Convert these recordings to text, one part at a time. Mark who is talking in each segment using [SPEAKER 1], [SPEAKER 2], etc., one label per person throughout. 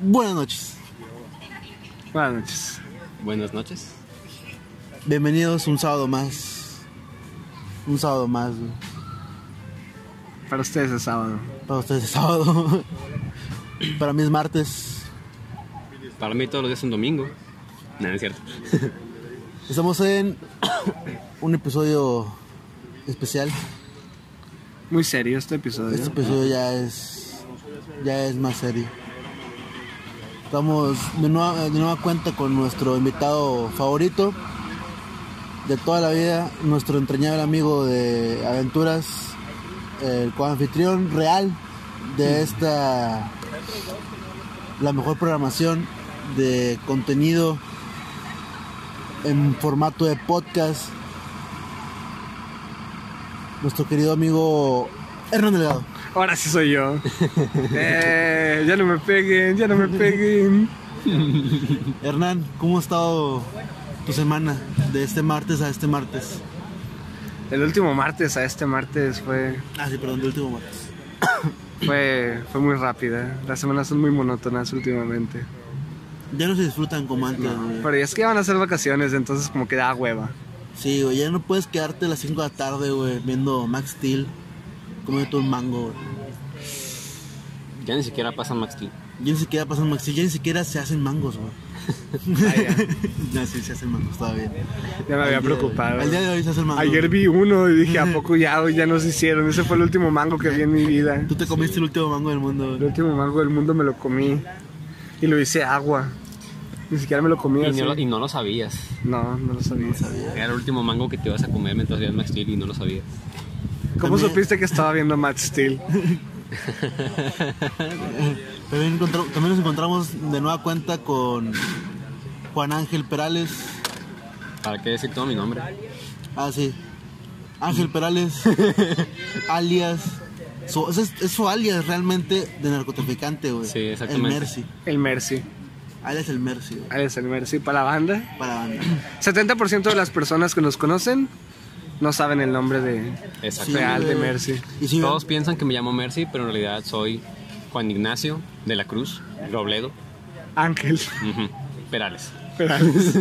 [SPEAKER 1] Buenas noches.
[SPEAKER 2] Buenas noches.
[SPEAKER 3] Buenas noches.
[SPEAKER 1] Bienvenidos un sábado más. Un sábado más, güey.
[SPEAKER 2] Para ustedes es sábado.
[SPEAKER 1] Para ustedes es sábado. Para mí es martes.
[SPEAKER 3] Para mí todos los días es un domingo. No, no es cierto.
[SPEAKER 1] Estamos en un episodio especial.
[SPEAKER 2] Muy serio este episodio.
[SPEAKER 1] Este episodio ya es ya es más serio. Estamos de nueva, de nueva cuenta con nuestro invitado favorito de toda la vida, nuestro entrañable amigo de aventuras, el coanfitrión real de esta la mejor programación de contenido en formato de podcast. Nuestro querido amigo Hernán Delgado.
[SPEAKER 2] Ahora sí soy yo. Eh, ya no me peguen, ya no me peguen.
[SPEAKER 1] Hernán, ¿cómo ha estado tu semana de este martes a este martes?
[SPEAKER 2] El último martes a este martes fue,
[SPEAKER 1] Ah, sí, perdón, del último martes.
[SPEAKER 2] fue, fue muy rápida. Las semanas son muy monótonas últimamente.
[SPEAKER 1] Ya no se disfrutan como antes. güey.
[SPEAKER 2] Pero es que van a ser vacaciones, entonces como que da hueva.
[SPEAKER 1] Sí, güey, ya no puedes quedarte a las 5 de la tarde, güey, viendo Max Steel comiendo todo un mango, güey.
[SPEAKER 3] Ya ni siquiera pasa Max Steel.
[SPEAKER 1] Ya ni siquiera pasan Max Steel, ya ni siquiera se hacen mangos, güey.
[SPEAKER 2] Vaya,
[SPEAKER 1] no, sí, se hacen mangos todavía.
[SPEAKER 2] ya me había preocupado.
[SPEAKER 1] El día de hoy se hacen mangos.
[SPEAKER 2] Ayer
[SPEAKER 1] güey.
[SPEAKER 2] vi uno y dije, ¿a poco ya, ya nos hicieron? Ese fue el último mango que vi en mi vida.
[SPEAKER 1] Tú te comiste el último mango del mundo,
[SPEAKER 2] El
[SPEAKER 1] güey.
[SPEAKER 2] último mango del mundo me lo comí y lo hice agua. Ni siquiera me lo comí
[SPEAKER 3] Y
[SPEAKER 2] así.
[SPEAKER 3] no, lo, y no lo sabías.
[SPEAKER 2] No, no lo sabía.
[SPEAKER 3] Era el último mango que te ibas a comer mientras veías Max Steel y no lo sabías.
[SPEAKER 2] ¿Cómo
[SPEAKER 1] También-
[SPEAKER 2] supiste que estaba viendo Matt Steel?
[SPEAKER 1] También, encontr- también nos encontramos de nueva cuenta con Juan Ángel Perales.
[SPEAKER 3] ¿Para qué decir todo mi nombre?
[SPEAKER 1] Ah, sí. Ángel Perales, alias. su- ese es, es su alias realmente de narcotraficante, güey.
[SPEAKER 3] Sí, exactamente.
[SPEAKER 1] El Mercy.
[SPEAKER 2] El Mercy.
[SPEAKER 1] Alias el Mercy, güey.
[SPEAKER 2] Ahí es el Mercy para la banda.
[SPEAKER 1] Para banda.
[SPEAKER 2] 70% de las personas que nos conocen no saben el nombre de
[SPEAKER 1] Sí,
[SPEAKER 3] Exacto.
[SPEAKER 2] real de
[SPEAKER 1] güey.
[SPEAKER 2] Mercy.
[SPEAKER 1] Y si
[SPEAKER 3] Todos piensan que me llamo Mercy, pero en realidad soy Juan Ignacio de la Cruz, Robledo,
[SPEAKER 2] Ángel
[SPEAKER 3] ujú, Perales.
[SPEAKER 2] Perales.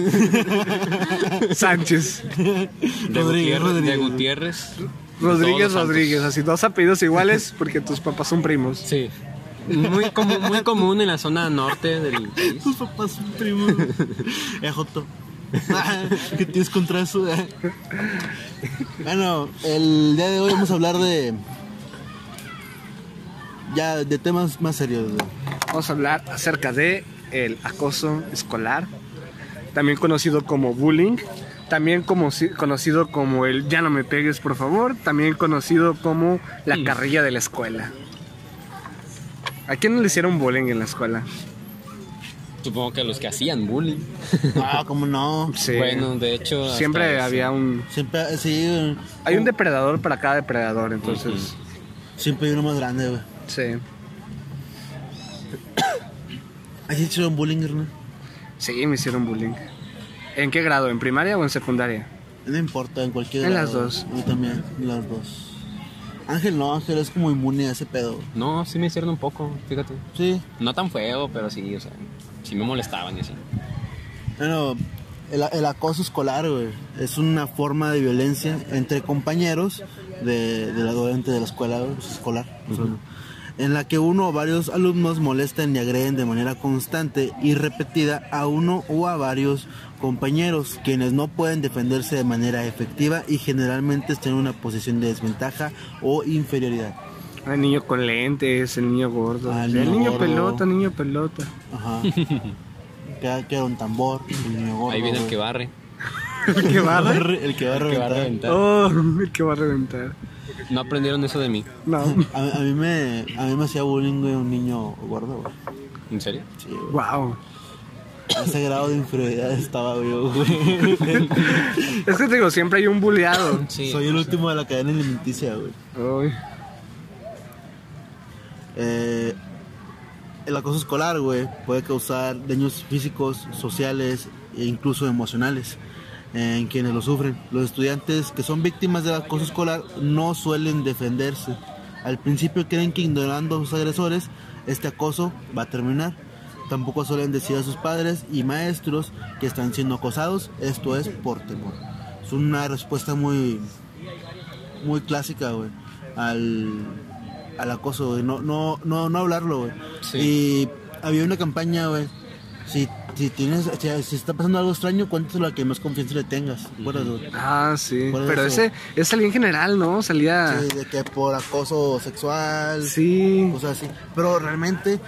[SPEAKER 2] Sánchez.
[SPEAKER 3] De
[SPEAKER 1] Rodríguez,
[SPEAKER 3] Gutiérrez,
[SPEAKER 1] Rodríguez.
[SPEAKER 3] De Gutiérrez. de todos los
[SPEAKER 2] Rodríguez
[SPEAKER 3] santos.
[SPEAKER 2] Rodríguez. Así dos apellidos iguales porque tus papás son primos.
[SPEAKER 3] Sí. Muy común, muy común en la zona norte del país.
[SPEAKER 1] Tus papás son primos. güey. Eh, Joto. ¿Qué tienes contra eso? eh? Bueno, el día de hoy vamos a hablar de. Ya, de temas más serios, güey.
[SPEAKER 2] Vamos a hablar acerca de el acoso escolar, también conocido como bullying, también como si- conocido como el ya no me pegues por favor, también conocido como la
[SPEAKER 3] Mm.
[SPEAKER 2] carrilla de la escuela. ¿A quién le hicieron bullying en la escuela?
[SPEAKER 3] Supongo que los que hacían bullying.
[SPEAKER 1] Ah, ¿cómo no?
[SPEAKER 2] Sí.
[SPEAKER 3] Bueno, de hecho. hasta
[SPEAKER 2] siempre
[SPEAKER 3] eso. Uh.
[SPEAKER 2] había un
[SPEAKER 1] Siempre, eh, sí, güey.
[SPEAKER 2] hay un depredador para cada depredador, entonces
[SPEAKER 1] siempre hay uno más grande, güey.
[SPEAKER 2] sí.
[SPEAKER 1] ¿Has hecho un bullying, Hernán?
[SPEAKER 2] Sí, me hicieron bullying. ¿En qué grado? ¿En primaria o en secundaria?
[SPEAKER 1] No importa, en cualquier
[SPEAKER 2] En
[SPEAKER 1] grado.
[SPEAKER 2] las dos.
[SPEAKER 1] Yo también, en las dos. Ángel no, Ángel es como inmune a ese pedo.
[SPEAKER 3] No, sí me hicieron un poco, fíjate.
[SPEAKER 1] Sí.
[SPEAKER 3] No tan feo, pero sí, o sea, sí me molestaban y así.
[SPEAKER 1] Bueno, el, el acoso escolar, güey, es una forma de violencia entre compañeros de, de la durante de la escuela güey, pues, escolar. o sea, En la que uno o varios alumnos molestan y agreden de manera constante y repetida a uno o a varios compañeros, quienes no pueden defenderse de manera efectiva y generalmente están en una posición de desventaja o inferioridad.
[SPEAKER 2] El niño con lentes, el niño gordo.
[SPEAKER 1] Ah,
[SPEAKER 2] el
[SPEAKER 1] el
[SPEAKER 2] niño,
[SPEAKER 1] niño gordo.
[SPEAKER 2] pelota, niño pelota.
[SPEAKER 1] Ajá. Queda, queda un tambor, el niño gordo,
[SPEAKER 3] Ahí viene el
[SPEAKER 1] güey.
[SPEAKER 3] que barre.
[SPEAKER 2] El que va a reventar.
[SPEAKER 1] El que va a
[SPEAKER 3] El que va a
[SPEAKER 1] reventar.
[SPEAKER 3] reventar.
[SPEAKER 2] Oh, el que va a reventar.
[SPEAKER 3] No aprendieron eso de mí.
[SPEAKER 2] No.
[SPEAKER 1] A, a mí me, a mí me hacía bullying, güey, un niño gordo, güey.
[SPEAKER 3] ¿En serio?
[SPEAKER 1] Sí, güey.
[SPEAKER 2] Wow.
[SPEAKER 1] A ese grado de inferioridad estaba yo, güey.
[SPEAKER 2] Es que te digo, siempre hay un bulleado.
[SPEAKER 3] Sí.
[SPEAKER 1] Soy el último de la cadena alimenticia, güey.
[SPEAKER 2] Ay.
[SPEAKER 1] Eh, el acoso escolar, güey, puede causar daños físicos, sociales e incluso emocionales eh, en quienes lo sufren. Los estudiantes que son víctimas del acoso escolar no suelen defenderse. Al principio creen que ignorando a sus agresores, este acoso va a terminar. Tampoco suelen decir a sus padres y maestros que están siendo acosados, esto es por temor. Es una respuesta muy, muy clásica, güey, al, al acoso, güey. No, no, no, no hablarlo, güey.
[SPEAKER 3] Sí.
[SPEAKER 1] Y había una campaña, güey. Si, si tienes, si, si está pasando algo extraño, cuéntaselo a que más confianza le tengas. ¿te acuerdas, güey?
[SPEAKER 2] Ah, sí.
[SPEAKER 1] Por
[SPEAKER 2] Pero
[SPEAKER 1] eso.
[SPEAKER 2] ese, ese salía en general, ¿no? Salía.
[SPEAKER 1] Sí, de que por acoso sexual.
[SPEAKER 2] Sí.
[SPEAKER 1] cosas así. Pero realmente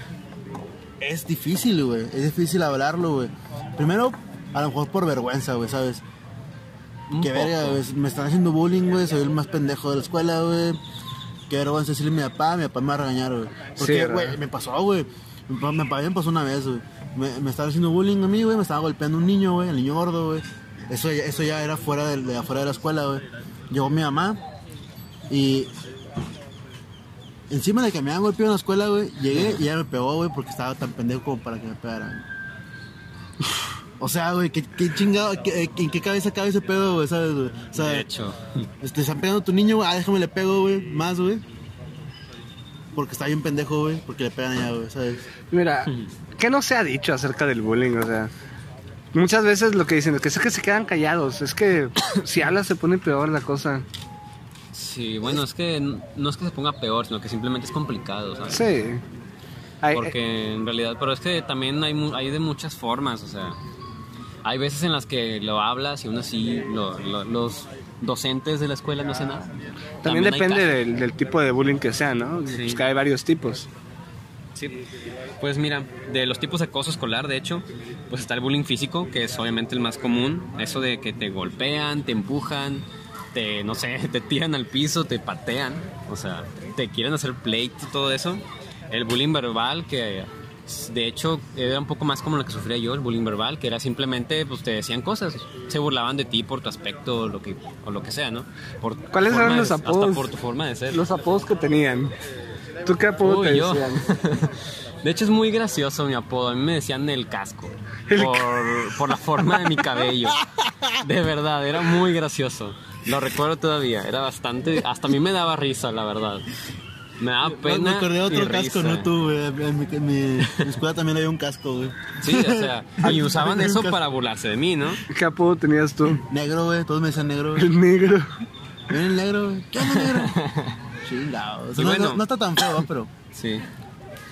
[SPEAKER 1] es difícil, güey. Es difícil hablarlo, güey. Primero, a lo mejor por vergüenza, güey, ¿sabes?
[SPEAKER 3] Un
[SPEAKER 1] Qué verga,
[SPEAKER 3] poco.
[SPEAKER 1] güey. Me están haciendo bullying, güey. Soy el más pendejo de la escuela, güey. Qué vergüenza decirle a mi papá. Mi papá me va a regañar, güey.
[SPEAKER 2] Sí,
[SPEAKER 1] Porque,
[SPEAKER 2] ¿verdad?
[SPEAKER 1] güey, me pasó, güey. Mi papá mi papá me pasó una vez, güey. Me, me estaba haciendo bullying a mí, güey. Me estaba golpeando un niño, güey. El niño gordo, güey. Eso, ya- eso ya era fuera de, de afuera de la escuela, güey. Llegó mi mamá y Encima de que me habían golpeado en la escuela, güey, llegué y ella me pegó, güey, porque estaba tan pendejo como para que me pegaran. O sea, güey, ¿qué, qué chingado, qué- eh, ¿en qué cabeza cabe ese pedo, güey? ¿Sabes, güey? O sea,
[SPEAKER 3] De hecho,
[SPEAKER 1] este, están pegando a tu niño, güey, ah, déjame le pego, güey, más, güey. Porque está bien pendejo, güey, porque le pegan allá, güey, ¿sabes?
[SPEAKER 2] Mira, ¿qué no se ha dicho acerca del bullying? O sea, muchas veces lo que dicen es que es que se quedan callados. Es que si hablas se pone peor la cosa.
[SPEAKER 3] sí, bueno, es que n- no es que se ponga peor, sino que simplemente es complicado, ¿sabes?
[SPEAKER 2] Sí. Ay, eh,
[SPEAKER 3] Porque en realidad, pero es que también hay, mu- hay de muchas formas, o sea, hay veces en las que lo hablas y aún así lo- lo- los docentes de la escuela no hacen nada.
[SPEAKER 2] también
[SPEAKER 3] hay
[SPEAKER 2] depende
[SPEAKER 3] casos.
[SPEAKER 2] del, del tipo de bullying que sea, ¿no?
[SPEAKER 3] Sí.
[SPEAKER 2] Pues que hay varios tipos.
[SPEAKER 3] Sí. Pues mira, de los tipos de acoso escolar, de hecho, pues está el bullying físico, que es obviamente el más común. Eso de que te golpean, te empujan, te, no sé, te tiran al piso, te patean, o sea, te quieren hacer pleito y todo eso. El bullying verbal, que de hecho era un poco más como lo que sufría yo, el bullying verbal, que era simplemente, pues te decían cosas, se burlaban de ti por tu aspecto o lo que, o lo que sea, ¿no? Por tu
[SPEAKER 2] ¿Cuáles
[SPEAKER 3] forma
[SPEAKER 2] eran
[SPEAKER 3] de-
[SPEAKER 2] los
[SPEAKER 3] Hasta
[SPEAKER 2] apodos?
[SPEAKER 3] por tu forma de ser.
[SPEAKER 2] Los apodos que tenían. ¿Tú qué apodo
[SPEAKER 3] Uy,
[SPEAKER 2] te
[SPEAKER 3] yo.
[SPEAKER 2] decían?
[SPEAKER 3] De hecho es muy gracioso mi apodo. A mí me decían el casco.
[SPEAKER 2] El
[SPEAKER 3] Por, por la forma de mi cabello. De verdad, era muy gracioso. Lo recuerdo todavía. Era bastante... Hasta a mí me daba risa, la verdad. Me daba pena.
[SPEAKER 1] me acordé de
[SPEAKER 3] y
[SPEAKER 1] otro casco,
[SPEAKER 3] risa.
[SPEAKER 1] ¿no? Tú, güey. En mi, en mi- en mi escuela también había un casco, güey.
[SPEAKER 3] Sí, o sea, y usaban
[SPEAKER 1] Había un
[SPEAKER 3] eso
[SPEAKER 1] casco.
[SPEAKER 3] para burlarse de mí, ¿no?
[SPEAKER 2] ¿Qué apodo tenías tú?
[SPEAKER 1] Negro, güey. Todos me decían negro, güey.
[SPEAKER 2] El negro.
[SPEAKER 1] Viene el negro, güey. ¿Qué onda, negro? Chingado. O sea,
[SPEAKER 3] Y
[SPEAKER 1] no,
[SPEAKER 3] bueno.
[SPEAKER 1] no- no está tan feo, ¿va? pero...
[SPEAKER 3] Sí.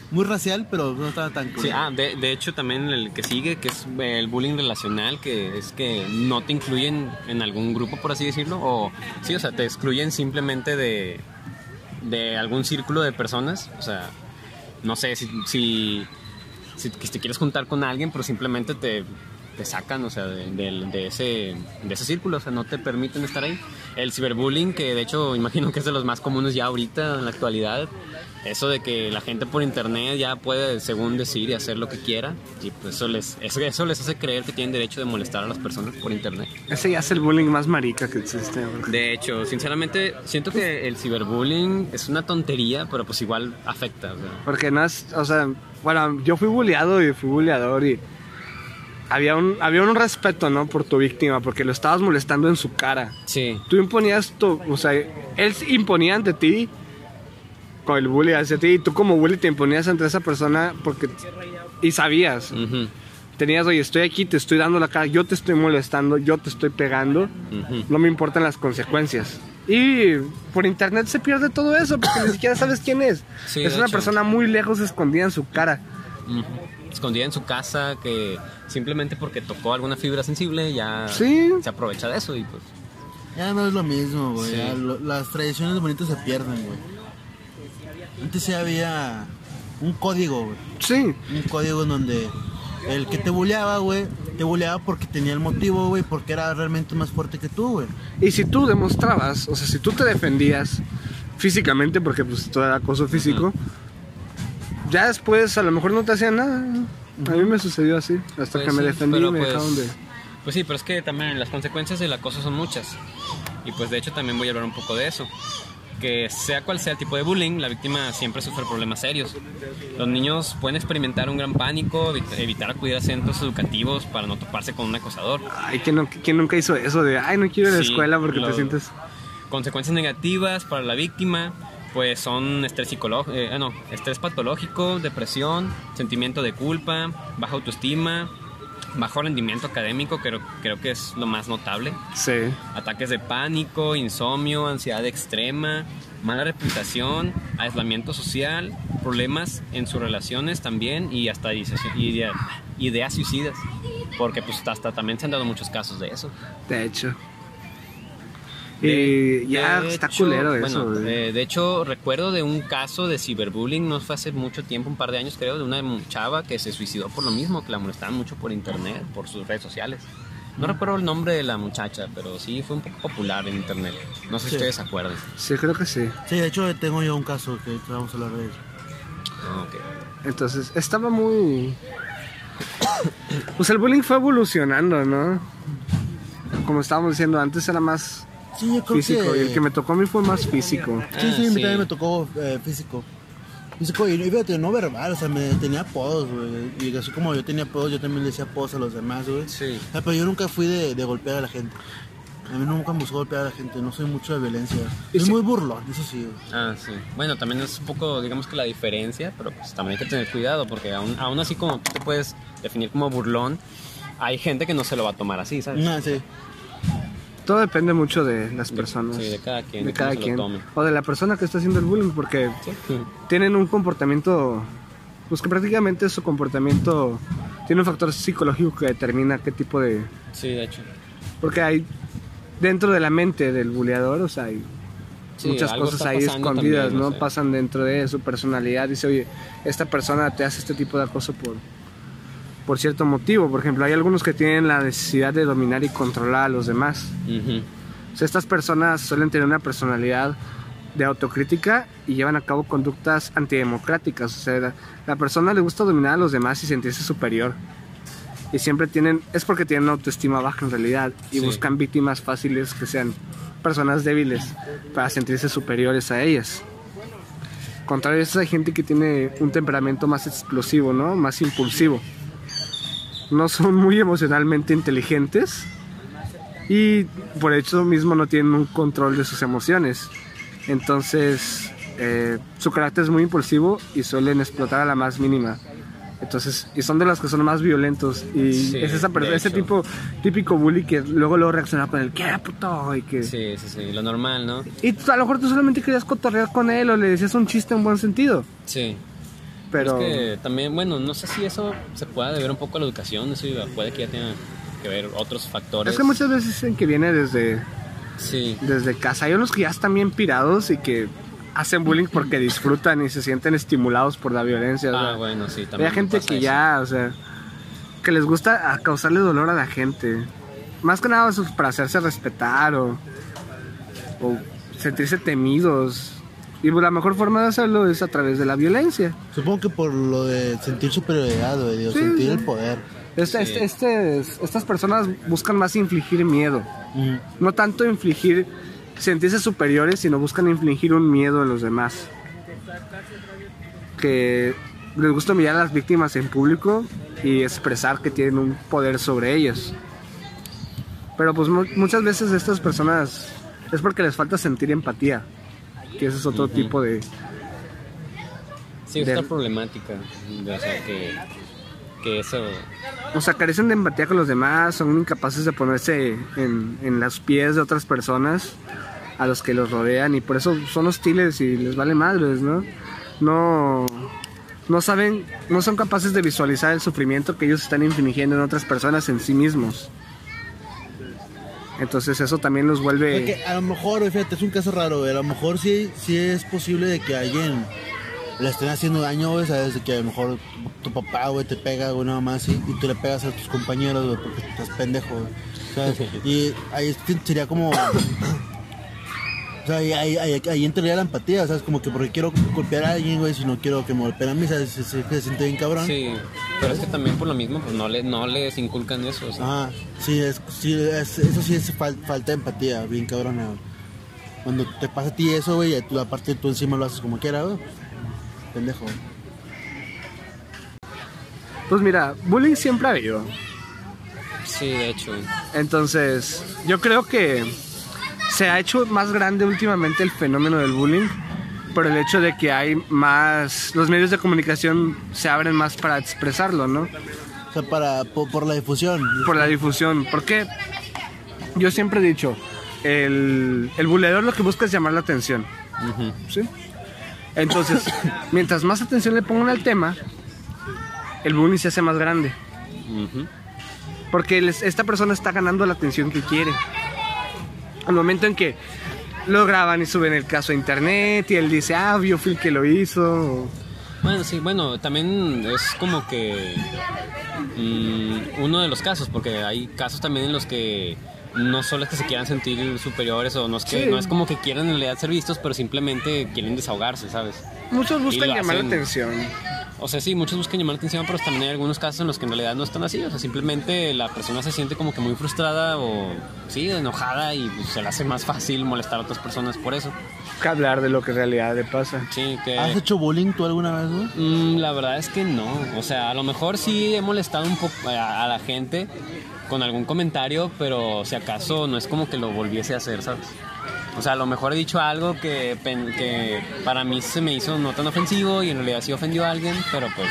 [SPEAKER 1] Muy racial, pero no estaba tan cool.
[SPEAKER 3] Sí, ah, de, de hecho también el que sigue, que es eh, el bullying relacional, que es que no te incluyen en algún grupo, por así decirlo, o sí, o sea, te excluyen simplemente de, de algún círculo de personas, o sea, no sé, si, si, si te quieres juntar con alguien, pero simplemente te, te sacan, o sea, de, del- de ese, de ese círculo, o sea, no te permiten estar ahí. El ciberbullying, que de hecho imagino que es de los más comunes ya ahorita, en la actualidad, eso de que la gente por internet ya puede, según decir, y hacer lo que quiera, y pues eso les, eso, eso les hace creer que tienen derecho de molestar a las personas por internet.
[SPEAKER 2] Ese ya es el bullying más marica que existe. güey.
[SPEAKER 3] De hecho, sinceramente, siento que el ciberbullying es una tontería, pero pues igual afecta, o sea.
[SPEAKER 2] Porque no es, o sea, bueno, yo fui bulleado y fui bulleador y había un, había un respeto, ¿no? Por tu víctima, porque lo estabas molestando en su cara.
[SPEAKER 3] Sí,
[SPEAKER 2] Tú imponías tu, o sea, él se imponía ante ti, con el bully hacia ti, y tú como bully te imponías ante esa persona porque, y sabías,
[SPEAKER 3] ujú,
[SPEAKER 2] tenías, oye, estoy aquí, te estoy dando la cara, yo te estoy molestando, yo te estoy pegando,
[SPEAKER 3] ujú.
[SPEAKER 2] no me importan las consecuencias. Y por internet se pierde todo eso porque ni siquiera sabes quién es.
[SPEAKER 3] Sí,
[SPEAKER 2] es
[SPEAKER 3] de
[SPEAKER 2] una
[SPEAKER 3] hecho.
[SPEAKER 2] persona muy lejos escondida en su cara.
[SPEAKER 3] Ujú. escondida en su casa que simplemente porque tocó alguna fibra sensible ya
[SPEAKER 2] Sí.
[SPEAKER 3] se aprovecha de eso y pues
[SPEAKER 1] Ya no es lo mismo, güey.
[SPEAKER 3] Sí.
[SPEAKER 1] Ya lo- Las tradiciones bonitas se pierden, güey. Antes sí había un código, güey.
[SPEAKER 2] Sí,
[SPEAKER 1] Un código en donde el que te buleaba, güey, te buleaba porque tenía el motivo, güey, porque era realmente más fuerte que tú, güey.
[SPEAKER 2] y si tú demostrabas, o sea, si tú te defendías físicamente, porque pues todo era acoso físico, ya después a lo mejor no te hacían nada. A mí me sucedió así, hasta
[SPEAKER 3] Pues
[SPEAKER 2] que me
[SPEAKER 3] sí,
[SPEAKER 2] defendí y
[SPEAKER 3] pero
[SPEAKER 2] me
[SPEAKER 3] pues-
[SPEAKER 2] dejaron de...
[SPEAKER 3] pues sí pero es que también las consecuencias del acoso son muchas y pues de hecho también voy a hablar un poco de eso que sea cual sea el tipo de bullying la víctima siempre sufre problemas serios los niños pueden experimentar un gran pánico evit- evitar acudir a centros educativos para no toparse con un acosador
[SPEAKER 2] Ay, ¿quién, no- quién nunca hizo eso de, ay, no quiero ir a la
[SPEAKER 3] Sí,
[SPEAKER 2] escuela porque
[SPEAKER 3] lo-
[SPEAKER 2] te sientes...
[SPEAKER 3] consecuencias negativas para la víctima pues son estrés psicológico, no, estrés patológico, depresión, sentimiento de culpa, baja autoestima, bajo rendimiento académico, creo, creo que es lo más notable.
[SPEAKER 2] Sí.
[SPEAKER 3] Ataques de pánico, insomnio, ansiedad extrema, mala reputación, aislamiento social, problemas en sus relaciones también y hasta ideas, ideas, ideas suicidas. Porque pues hasta también se han dado muchos casos de eso.
[SPEAKER 2] De hecho. Y
[SPEAKER 3] De-
[SPEAKER 2] Eh, ya
[SPEAKER 3] de
[SPEAKER 2] está
[SPEAKER 3] hecho,
[SPEAKER 2] culero eso,
[SPEAKER 3] bueno,
[SPEAKER 2] güey.
[SPEAKER 3] eh, de hecho, recuerdo de un caso de ciberbullying, no fue hace mucho tiempo, un par de años creo, de una chava que se suicidó por lo mismo, que la molestaban mucho por internet, por sus redes sociales. No recuerdo el nombre de la muchacha, pero sí fue un poco popular en internet. No sé si
[SPEAKER 1] Sí.
[SPEAKER 3] ustedes se acuerdan.
[SPEAKER 2] Sí, creo que sí.
[SPEAKER 1] Sí, de hecho tengo yo un caso que vamos a hablar de eso.
[SPEAKER 3] Ah, Ok.
[SPEAKER 2] Entonces, estaba muy. Pues el bullying fue evolucionando, ¿no? Como estábamos diciendo antes, era más
[SPEAKER 1] Sí, yo creo
[SPEAKER 2] físico.
[SPEAKER 1] que...
[SPEAKER 2] Y el que me tocó a mí fue más físico.
[SPEAKER 1] Sí,
[SPEAKER 3] Ah,
[SPEAKER 1] sí, a mí
[SPEAKER 3] sí.
[SPEAKER 1] también me tocó eh, físico. Físico y, y fíjate, no verbal, o sea, me tenía apodos, güey. Y así como yo tenía apodos, yo también le decía apodos a los demás, güey.
[SPEAKER 3] Sí.
[SPEAKER 1] Ah, pero yo nunca fui de, de golpear a la gente. A mí nunca me gustó golpear a la gente, no soy mucho de violencia.
[SPEAKER 2] Y
[SPEAKER 1] Soy
[SPEAKER 2] sí.
[SPEAKER 1] muy burlón, eso sí. güey.
[SPEAKER 3] Ah, sí. Bueno, también es un poco, digamos que la diferencia, pero pues también hay que tener cuidado, porque aún, aún así como tú te puedes definir como burlón, hay gente que no se lo va a tomar así, ¿sabes?
[SPEAKER 1] No, sí.
[SPEAKER 2] Todo depende mucho de las personas.
[SPEAKER 3] sí, de cada quien,
[SPEAKER 2] De
[SPEAKER 3] de cómo
[SPEAKER 2] cada
[SPEAKER 3] se lo
[SPEAKER 2] quien.
[SPEAKER 3] tome.
[SPEAKER 2] O de la persona que está haciendo el bullying, porque
[SPEAKER 3] Sí.
[SPEAKER 2] tienen un comportamiento. Pues que prácticamente su comportamiento tiene un factor psicológico que determina qué tipo de.
[SPEAKER 3] Sí, de hecho.
[SPEAKER 2] Porque hay. Dentro de la mente del buleador, o sea, hay
[SPEAKER 3] Sí,
[SPEAKER 2] muchas
[SPEAKER 3] algo
[SPEAKER 2] cosas
[SPEAKER 3] está
[SPEAKER 2] ahí
[SPEAKER 3] pasando
[SPEAKER 2] escondidas,
[SPEAKER 3] también,
[SPEAKER 2] ¿no?
[SPEAKER 3] sé.
[SPEAKER 2] Pasan dentro de su personalidad. Dice, oye, esta persona te hace este tipo de acoso por, por cierto motivo. Por ejemplo, hay algunos que tienen la necesidad de dominar y controlar a los demás.
[SPEAKER 3] Ujú.
[SPEAKER 2] O sea, estas personas suelen tener una personalidad de autocrítica y llevan a cabo conductas antidemocráticas. O sea, la, la persona le gusta dominar a los demás y sentirse superior. Y siempre tienen, es porque tienen una autoestima baja en realidad y
[SPEAKER 3] Sí.
[SPEAKER 2] buscan víctimas fáciles que sean personas débiles para sentirse superiores a ellas. Contrario a eso, hay gente que tiene un temperamento más explosivo, ¿no? Más impulsivo. No son muy emocionalmente inteligentes y por eso mismo no tienen un control de sus emociones. Entonces, eh, su carácter es muy impulsivo y suelen explotar a la más mínima. Entonces, y son de los que son más violentos. Y
[SPEAKER 3] Sí,
[SPEAKER 2] es esa, per-
[SPEAKER 3] de
[SPEAKER 2] ese
[SPEAKER 3] hecho.
[SPEAKER 2] tipo típico bully que luego luego reacciona con el que era puto y que.
[SPEAKER 3] Sí, sí, sí, lo normal, ¿no?
[SPEAKER 2] Y tú- a lo mejor tú solamente querías cotorrear con él o le decías un chiste en buen sentido.
[SPEAKER 3] Sí.
[SPEAKER 2] Pero.
[SPEAKER 3] Es que también, bueno, no sé si eso se pueda deber un poco a la educación, eso ya- puede que ya tenga que ver otros factores.
[SPEAKER 2] Es que muchas veces dicen que viene desde,
[SPEAKER 3] Sí,
[SPEAKER 2] desde casa. Hay unos que ya están bien pirados y que hacen bullying porque disfrutan y se sienten estimulados por la violencia. o sea,
[SPEAKER 3] ah, bueno, sí, también.
[SPEAKER 2] hay gente
[SPEAKER 3] pasa
[SPEAKER 2] que
[SPEAKER 3] eso.
[SPEAKER 2] ya, o sea, que les gusta a- causarle dolor a la gente. Más que nada eso es para hacerse respetar o, o sentirse temidos. Y la mejor forma de hacerlo es a través de la violencia.
[SPEAKER 1] Supongo que por lo de sentir superioridad, güey, digo,
[SPEAKER 2] Sí,
[SPEAKER 1] sentir
[SPEAKER 2] sí.
[SPEAKER 1] el poder.
[SPEAKER 2] Este- este- este- estas personas buscan más infligir miedo.
[SPEAKER 1] Ujú.
[SPEAKER 2] No tanto infligir sentirse superiores, sino buscan infligir un miedo a los demás. Que les gusta mirar a las víctimas en público y expresar que tienen un poder sobre ellas. Pero pues mu- muchas veces estas personas es porque les falta sentir empatía. Que ese es otro tipo de...
[SPEAKER 3] Sí, es otra
[SPEAKER 2] de-
[SPEAKER 3] problemática. de- o sea, que, que eso.
[SPEAKER 2] O sea, carecen de empatía con los demás, son incapaces de ponerse en, en los pies de otras personas a los que los rodean y por eso son hostiles y les vale madres, ¿no? No, no saben, no son capaces de visualizar el sufrimiento que ellos están infligiendo en otras personas en sí mismos. Entonces eso también los vuelve...
[SPEAKER 1] Porque a lo mejor, güey, fíjate, es un caso raro, güey. A lo mejor sí, sí es posible de que alguien le estén haciendo daño, güey, sabes, de que a lo mejor tu papá, güey, te pega, güey, nada más, y, y tú le pegas a tus compañeros, güey, porque estás pendejo, güey, ¿sabes? Y ahí es que sería como... O sea, ahí, ahí, ahí, ahí entraría la empatía, ¿sabes? Como que porque quiero golpear a alguien, güey, si no quiero que me golpeen a mí, ¿sabes? Se, se- se siente bien cabrón.
[SPEAKER 2] ¿Ah?
[SPEAKER 3] Sí, pero es que también por lo mismo, pues no, le, no les inculcan eso. o sea,
[SPEAKER 1] Ah, sí, es, sí es- eso sí es fal- falta de empatía, bien cabrona. güey. Cuando te pasa a ti eso, güey, y tú, aparte tú encima lo haces como quieras, güey. Pendejo.
[SPEAKER 2] Pues mira, bullying siempre ha habido.
[SPEAKER 3] Sí, de hecho.
[SPEAKER 2] Entonces, yo creo que se ha hecho más grande últimamente el fenómeno del bullying pero el hecho de que hay más, los medios de comunicación se abren más para expresarlo, ¿no?
[SPEAKER 1] O sea, para, por, por la difusión.
[SPEAKER 2] Por la difusión, porque yo siempre he dicho, el, el buleador lo que busca es llamar la atención,
[SPEAKER 3] Ujú.
[SPEAKER 2] ¿sí? Entonces, mientras más atención le pongan al tema, el bullying se hace más grande.
[SPEAKER 3] Ujú.
[SPEAKER 2] Porque les- esta persona está ganando la atención que quiere. Al momento en que lo graban y suben el caso a internet y él dice, ah, yo fui el que lo hizo.
[SPEAKER 3] Bueno, sí, bueno, también es como que mm, uno de los casos, porque hay casos también en los que no solo es que se quieran sentir superiores o no es, que,
[SPEAKER 2] Sí.
[SPEAKER 3] no es como que quieran en realidad ser vistos, pero simplemente quieren desahogarse, ¿sabes?
[SPEAKER 2] Muchos buscan
[SPEAKER 3] lo
[SPEAKER 2] llamar la
[SPEAKER 3] hacen.
[SPEAKER 2] atención.
[SPEAKER 3] O sea, sí, muchos buscan llamar la atención, pero también hay algunos casos en los que en realidad no están así. O sea, simplemente la persona se siente como que muy frustrada o, sí, enojada y pues, se le hace más fácil molestar a otras personas por eso.
[SPEAKER 2] Que hablar de lo que en realidad le pasa.
[SPEAKER 3] Sí, que...
[SPEAKER 1] ¿Has hecho bullying tú alguna vez, güey?
[SPEAKER 3] Mm, la verdad es que no. O sea, a lo mejor sí he molestado un poco a, a la gente con algún comentario, pero si acaso no es como que lo volviese a hacer, ¿sabes? O sea, a lo mejor he dicho algo que, pen- que para mí se me hizo no tan ofensivo y en realidad sí ofendió a alguien, pero pues